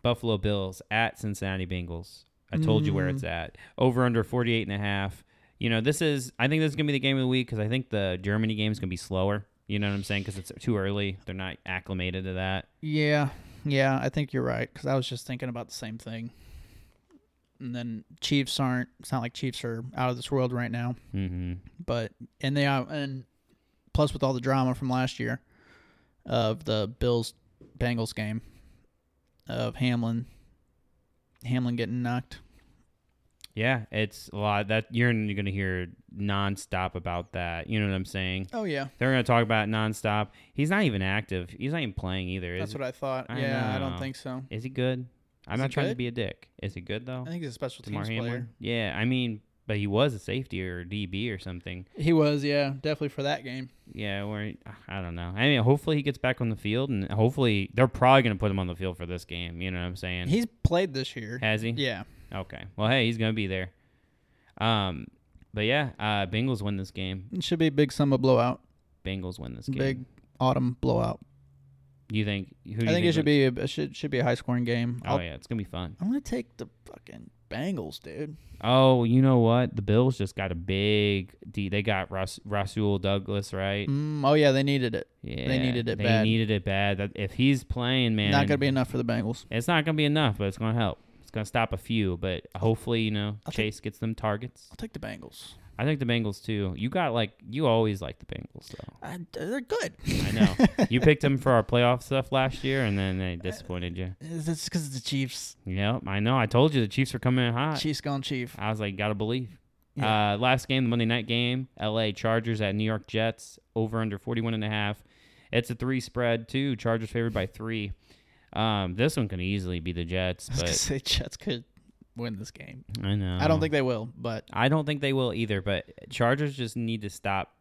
[SPEAKER 2] Buffalo Bills at Cincinnati Bengals. I told you where
[SPEAKER 3] Mm.
[SPEAKER 2] it's at. Over under 48 and a half. You know, this is I think this is going to be the game of the week cuz I think the Germany game is going to be slower. You know what I'm saying? Cuz it's too early. They're not acclimated to that.
[SPEAKER 3] Yeah, yeah, I think you're right because I was just thinking about the same thing. And then Chiefs aren't. It's not like Chiefs are out of this world right now,
[SPEAKER 2] Mhm.
[SPEAKER 3] but and they are, and plus with all the drama from last year of the Bills Bengals game of Hamlin Hamlin getting knocked.
[SPEAKER 2] Yeah, it's a lot that you're going to hear nonstop about that. You know what I'm saying?
[SPEAKER 3] Oh yeah,
[SPEAKER 2] They're going to talk about it nonstop. He's not even active. He's not even playing either.
[SPEAKER 3] that's
[SPEAKER 2] Is-
[SPEAKER 3] what I thought.
[SPEAKER 2] I
[SPEAKER 3] yeah, I
[SPEAKER 2] know.
[SPEAKER 3] don't think so.
[SPEAKER 2] Is he good? I'm
[SPEAKER 3] Is
[SPEAKER 2] not
[SPEAKER 3] he
[SPEAKER 2] trying to
[SPEAKER 3] good?
[SPEAKER 2] be a dick. Is he good though?
[SPEAKER 3] I think he's a special
[SPEAKER 2] Damar
[SPEAKER 3] teams
[SPEAKER 2] Hamlin?
[SPEAKER 3] player.
[SPEAKER 2] Yeah, I mean, but he was a safety or DB or something.
[SPEAKER 3] He was, yeah, definitely for that game.
[SPEAKER 2] Yeah, where I don't know. I mean, hopefully he gets back on the field, and hopefully they're probably gonna put him on the field for this game. You know what I'm saying?
[SPEAKER 3] He's played this year.
[SPEAKER 2] Has he?
[SPEAKER 3] Yeah,
[SPEAKER 2] Okay. Well, hey, he's gonna be there. Um, but yeah, uh, Bengals win this game.
[SPEAKER 3] it should be a big summer blowout,
[SPEAKER 2] Bengals win this game.
[SPEAKER 3] big autumn blowout.
[SPEAKER 2] You think? Who do
[SPEAKER 3] I
[SPEAKER 2] you
[SPEAKER 3] think it should
[SPEAKER 2] wins-
[SPEAKER 3] be a, it should should be a high scoring game.
[SPEAKER 2] Oh
[SPEAKER 3] I'll-
[SPEAKER 2] yeah, it's gonna be fun.
[SPEAKER 3] I'm gonna take the fucking Bengals, dude.
[SPEAKER 2] Oh, you know what? The Bills just got a big D. They got Ras- Rasul Douglas, right?
[SPEAKER 3] Mm, oh yeah, they needed it.
[SPEAKER 2] Yeah,
[SPEAKER 3] needed it
[SPEAKER 2] they
[SPEAKER 3] bad.
[SPEAKER 2] needed it bad. That- If he's playing, man,
[SPEAKER 3] Not gonna be enough for the Bengals.
[SPEAKER 2] It's not gonna be enough, but it's gonna help. It's gonna stop a few, but hopefully, you know,
[SPEAKER 3] I think-
[SPEAKER 2] Chase gets them targets.
[SPEAKER 3] I'll take the Bengals.
[SPEAKER 2] I think the Bengals too. You got like you always like the Bengals though.
[SPEAKER 3] I, they're good.
[SPEAKER 2] I know you picked them for our playoff stuff last year, and then they disappointed you.
[SPEAKER 3] That's because it's the Chiefs.
[SPEAKER 2] Yep, I know. I told you the Chiefs are coming in hot.
[SPEAKER 3] Chiefs gone Chief.
[SPEAKER 2] I was like, gotta believe. Uh, last game, the Monday night game, L.A. Chargers at New York Jets, over under 41 and a half. It's a three spread too. Chargers favored by three. Um, this one can easily be the Jets,
[SPEAKER 3] I was gonna
[SPEAKER 2] but
[SPEAKER 3] say Jets could win this game.
[SPEAKER 2] I know.
[SPEAKER 3] I don't think they will, but
[SPEAKER 2] I don't think they will either. But Chargers just need to stop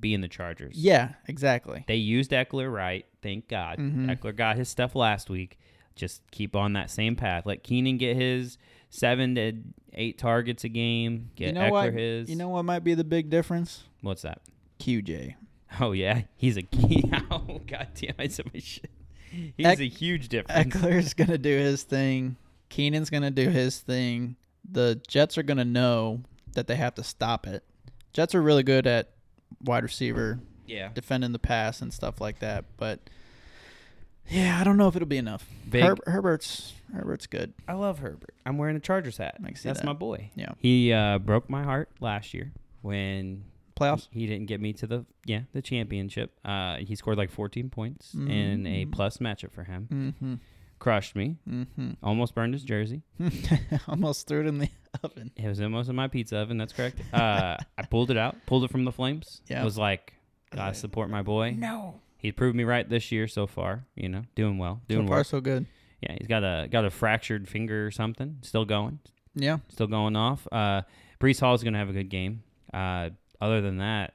[SPEAKER 2] being the Chargers.
[SPEAKER 3] yeah, exactly.
[SPEAKER 2] They used Eckler right. Thank God.
[SPEAKER 3] Mhm.
[SPEAKER 2] Eckler got his stuff last week. Just keep on that same path. Let Keenan get his seven to eight targets a game. Get
[SPEAKER 3] you know
[SPEAKER 2] Eckler
[SPEAKER 3] what?
[SPEAKER 2] his.
[SPEAKER 3] You know what might be the big difference?
[SPEAKER 2] what's that?
[SPEAKER 3] QJ.
[SPEAKER 2] Oh yeah, he's a key. oh god damn, I said my shit. He's
[SPEAKER 3] Eck-
[SPEAKER 2] a huge difference.
[SPEAKER 3] Eckler's gonna do his thing. Keenan's gonna do his thing. The Jets are gonna know that they have to stop it. Jets are really good at wide receiver
[SPEAKER 2] Yeah.
[SPEAKER 3] defending the pass and stuff like that. But yeah, I don't know if it'll be enough.
[SPEAKER 2] Big-
[SPEAKER 3] Herb, Herbert's Herbert's good.
[SPEAKER 2] I love Herbert. I'm wearing a Chargers hat.
[SPEAKER 3] I can see
[SPEAKER 2] That's
[SPEAKER 3] that.
[SPEAKER 2] my boy.
[SPEAKER 3] Yeah.
[SPEAKER 2] He uh, broke my heart last year when
[SPEAKER 3] Playoffs.
[SPEAKER 2] he didn't get me to the yeah the championship. Uh, he scored like 14 points in a plus matchup for him.
[SPEAKER 3] Mm-hmm.
[SPEAKER 2] Crushed me.
[SPEAKER 3] Mm-hmm.
[SPEAKER 2] Almost burned his jersey.
[SPEAKER 3] Almost threw it in the oven.
[SPEAKER 2] It was almost in my pizza oven. That's correct. Uh, I pulled it out. Pulled it from the flames.
[SPEAKER 3] Yeah.
[SPEAKER 2] Was like, gotta support my boy.
[SPEAKER 3] No.
[SPEAKER 2] He proved me right this year so far. You know, doing well,
[SPEAKER 3] So
[SPEAKER 2] doing
[SPEAKER 3] far,
[SPEAKER 2] well.
[SPEAKER 3] so good.
[SPEAKER 2] Yeah, he's got a got a fractured finger or something. Still going,
[SPEAKER 3] Yeah.
[SPEAKER 2] still going off. Uh, Brees Hall is going to have a good game. Uh, other than that,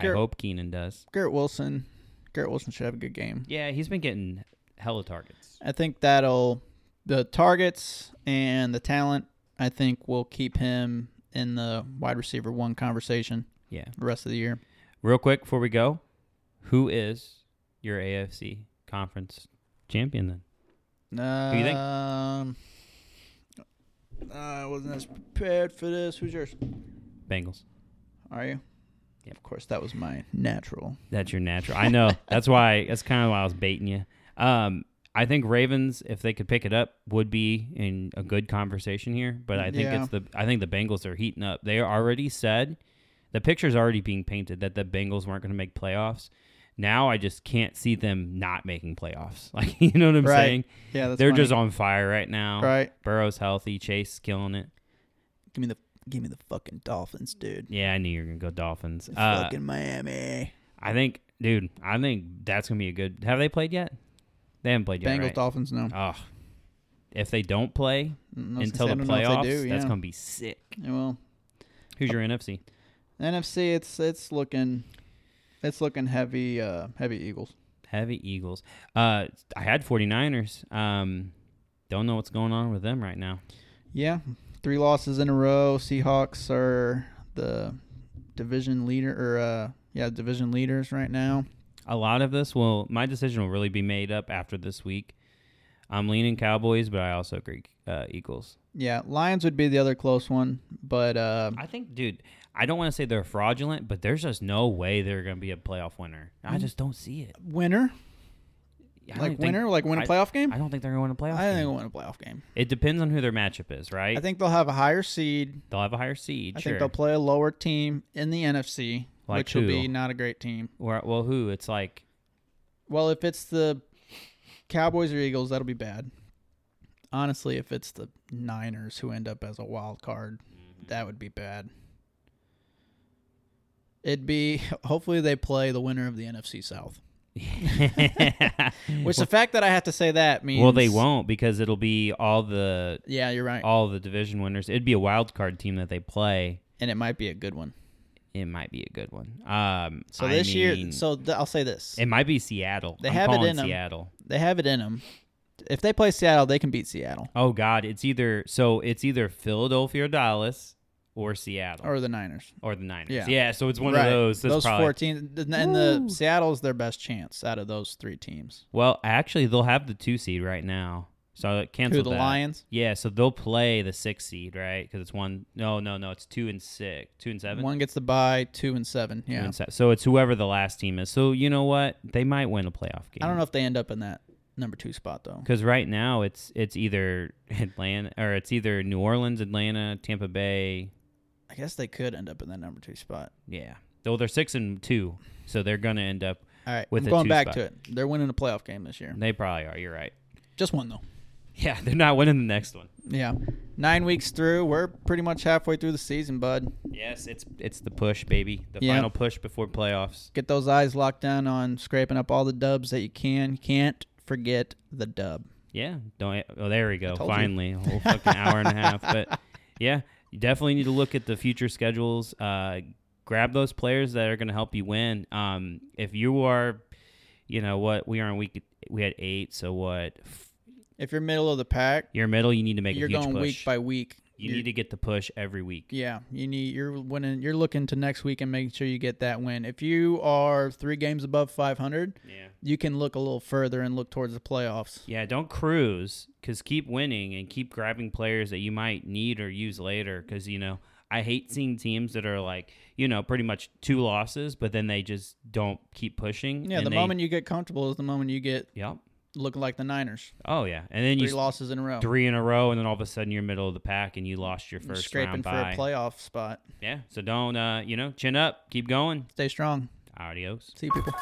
[SPEAKER 3] Garrett-
[SPEAKER 2] I hope Keenan does.
[SPEAKER 3] Garrett Wilson. Garrett Wilson should have a good game.
[SPEAKER 2] Yeah, he's been getting hella targets.
[SPEAKER 3] I think that'll the targets and the talent. I think will keep him in the wide receiver one conversation
[SPEAKER 2] Yeah.
[SPEAKER 3] the rest of the year.
[SPEAKER 2] Real quick before we go, who is your AFC conference champion then?
[SPEAKER 3] Um,
[SPEAKER 2] you think?
[SPEAKER 3] I wasn't as prepared for this. Who's yours?
[SPEAKER 2] Bengals.
[SPEAKER 3] Are you?
[SPEAKER 2] Yep.
[SPEAKER 3] Of course, that was my natural.
[SPEAKER 2] That's your natural. I know. That's why. That's kind of why I was baiting you. Um, I think Ravens, if they could pick it up, would be in a good conversation here. But I think
[SPEAKER 3] Yeah.
[SPEAKER 2] it's the. I think the Bengals are heating up. They already said, the picture's already being painted that the Bengals weren't going to make playoffs. Now I just can't see them not making playoffs. Like you know what I'm
[SPEAKER 3] Right.
[SPEAKER 2] saying?
[SPEAKER 3] Yeah, that's
[SPEAKER 2] They're
[SPEAKER 3] funny.
[SPEAKER 2] just on fire right now.
[SPEAKER 3] Right.
[SPEAKER 2] Burrow's healthy. Chase killing it.
[SPEAKER 3] Give me the give me the fucking Dolphins, dude.
[SPEAKER 2] Yeah, I knew you were gonna go Dolphins. Uh,
[SPEAKER 3] fucking Miami.
[SPEAKER 2] I think, dude. I think that's gonna be a good. Have they played yet? They haven't played yet.
[SPEAKER 3] Bengals,
[SPEAKER 2] right?
[SPEAKER 3] Dolphins, no.
[SPEAKER 2] Oh, if they don't play
[SPEAKER 3] Mm, I was
[SPEAKER 2] until
[SPEAKER 3] gonna
[SPEAKER 2] the
[SPEAKER 3] say, I don't know
[SPEAKER 2] playoffs,
[SPEAKER 3] if they do,
[SPEAKER 2] that's
[SPEAKER 3] yeah.
[SPEAKER 2] gonna be sick.
[SPEAKER 3] Yeah, well,
[SPEAKER 2] Who's your NFC?
[SPEAKER 3] NFC, it's it's looking, it's looking heavy, uh, heavy Eagles.
[SPEAKER 2] Heavy Eagles. Uh, I had 49ers. Um, don't know what's going on with them right now.
[SPEAKER 3] Yeah, three losses in a row. Seahawks are the division leader, or uh, yeah, division leaders right now.
[SPEAKER 2] A lot of this will. My decision will really be made up after this week. I'm leaning Cowboys, but I also agree uh, Eagles.
[SPEAKER 3] Yeah, Lions would be the other close one, but uh,
[SPEAKER 2] I think, dude. I don't want to say they're fraudulent, but there's just no way they're gonna be a playoff winner. I
[SPEAKER 3] Mm.
[SPEAKER 2] just don't see it.
[SPEAKER 3] winner,
[SPEAKER 2] I don't
[SPEAKER 3] like
[SPEAKER 2] think-
[SPEAKER 3] winner, like win a
[SPEAKER 2] I-
[SPEAKER 3] playoff game.
[SPEAKER 2] I don't think they're going to win a playoff.
[SPEAKER 3] I, think
[SPEAKER 2] game.
[SPEAKER 3] we'll win a playoff game.
[SPEAKER 2] It depends on who their matchup is, right?
[SPEAKER 3] I think they'll have a higher seed.
[SPEAKER 2] they'll have a higher seed.
[SPEAKER 3] I
[SPEAKER 2] sure.
[SPEAKER 3] think they'll play a lower team in the NFC,
[SPEAKER 2] Like
[SPEAKER 3] which will be
[SPEAKER 2] who?
[SPEAKER 3] not a great team.
[SPEAKER 2] Or- well, who? It's like
[SPEAKER 3] Well, if it's the Cowboys or Eagles, that'll be bad. Honestly, if it's the Niners who end up as a wild card, that would be bad. It'd be hopefully they play the winner of the NFC South. Which the fact that I have to say that means
[SPEAKER 2] well, they won't Oh. because it'll be all the
[SPEAKER 3] Yeah, you're right,
[SPEAKER 2] all the division winners. It'd be a wild card team that they play.
[SPEAKER 3] and it might be a good one.
[SPEAKER 2] It might be a good one. Um,
[SPEAKER 3] So
[SPEAKER 2] I
[SPEAKER 3] this year,
[SPEAKER 2] mean,
[SPEAKER 3] so th- I'll say this:
[SPEAKER 2] it might be Seattle.
[SPEAKER 3] They
[SPEAKER 2] I'm
[SPEAKER 3] have it
[SPEAKER 2] calling
[SPEAKER 3] in 'em.
[SPEAKER 2] Seattle.
[SPEAKER 3] they have it in them. If they play Seattle, they can beat Seattle
[SPEAKER 2] Oh God, it's either so it's either Philadelphia or Dallas or Seattle or,
[SPEAKER 3] or the Niners.
[SPEAKER 2] the Niners.
[SPEAKER 3] Yeah.
[SPEAKER 2] Yeah. so it's one
[SPEAKER 3] Right.
[SPEAKER 2] of those. That's
[SPEAKER 3] those
[SPEAKER 2] probably,
[SPEAKER 3] four teams, th- and the Seattle's their best chance out of those three teams.
[SPEAKER 2] Well, actually, they'll have the two seed right now. So I canceled
[SPEAKER 3] Who the
[SPEAKER 2] that.
[SPEAKER 3] Lions?
[SPEAKER 2] Yeah, so they'll play the six seed, right? Because it's one. No, no, no. It's two and six, two and seven.
[SPEAKER 3] One gets the bye, two and seven.
[SPEAKER 2] Two
[SPEAKER 3] Yeah,
[SPEAKER 2] and se- so it's whoever the last team is. So you know what? They might win a playoff game.
[SPEAKER 3] I don't know if they end up in that number two spot though.
[SPEAKER 2] Because right now it's it's either Atlanta or it's either New Orleans, Atlanta, Tampa Bay.
[SPEAKER 3] I guess they could end up in that number two spot.
[SPEAKER 2] Yeah. Though they're six and two, so they're gonna end up.
[SPEAKER 3] All right,
[SPEAKER 2] With
[SPEAKER 3] I'm
[SPEAKER 2] a
[SPEAKER 3] going
[SPEAKER 2] two
[SPEAKER 3] back
[SPEAKER 2] spot.
[SPEAKER 3] to it. They're winning a playoff game this year.
[SPEAKER 2] They probably are. You're right.
[SPEAKER 3] Just one though.
[SPEAKER 2] Yeah, they're not winning the next one.
[SPEAKER 3] Yeah, nine weeks through. We're pretty much halfway through the season, bud.
[SPEAKER 2] Yes, it's it's the push, baby. The
[SPEAKER 3] Yeah.
[SPEAKER 2] final push before playoffs.
[SPEAKER 3] Get those eyes locked down on scraping up all the dubs that you can. Can't forget the dub.
[SPEAKER 2] Yeah. Don't. Oh, there we go.
[SPEAKER 3] told you.
[SPEAKER 2] Finally, a whole fucking hour and a half. But yeah, you definitely need to look at the future schedules. Uh, grab those players that are going to help you win. Um, if you are, you know what, we are on week. We had eight. So what? F-
[SPEAKER 3] If you're middle of the pack,
[SPEAKER 2] You're middle. You need to make
[SPEAKER 3] you're
[SPEAKER 2] a huge
[SPEAKER 3] going
[SPEAKER 2] push.
[SPEAKER 3] week by week.
[SPEAKER 2] you
[SPEAKER 3] You're-
[SPEAKER 2] need to get the push every week.
[SPEAKER 3] Yeah, you need you're winning. You're looking to next week and making sure you get that win. If you are three games above 500,
[SPEAKER 2] Yeah.
[SPEAKER 3] you can look a little further and look towards the playoffs.
[SPEAKER 2] Yeah, don't cruise because keep winning and keep grabbing players that you might need or use later. Because you know, I hate seeing teams that are like, you know, pretty much two losses, but then they just don't keep pushing.
[SPEAKER 3] Yeah,
[SPEAKER 2] and
[SPEAKER 3] the
[SPEAKER 2] they-
[SPEAKER 3] moment you get comfortable is the moment you get
[SPEAKER 2] Yep.
[SPEAKER 3] looking like the Niners.
[SPEAKER 2] Oh yeah, and then
[SPEAKER 3] Three
[SPEAKER 2] you
[SPEAKER 3] losses in a row.
[SPEAKER 2] three in a row, and then all of a sudden you're middle of the pack and you lost your first
[SPEAKER 3] scraping
[SPEAKER 2] round
[SPEAKER 3] for
[SPEAKER 2] bye.
[SPEAKER 3] a playoff spot.
[SPEAKER 2] Yeah, so don't uh, you know, chin up, keep going.
[SPEAKER 3] Stay strong.
[SPEAKER 2] Adios.
[SPEAKER 3] See you people.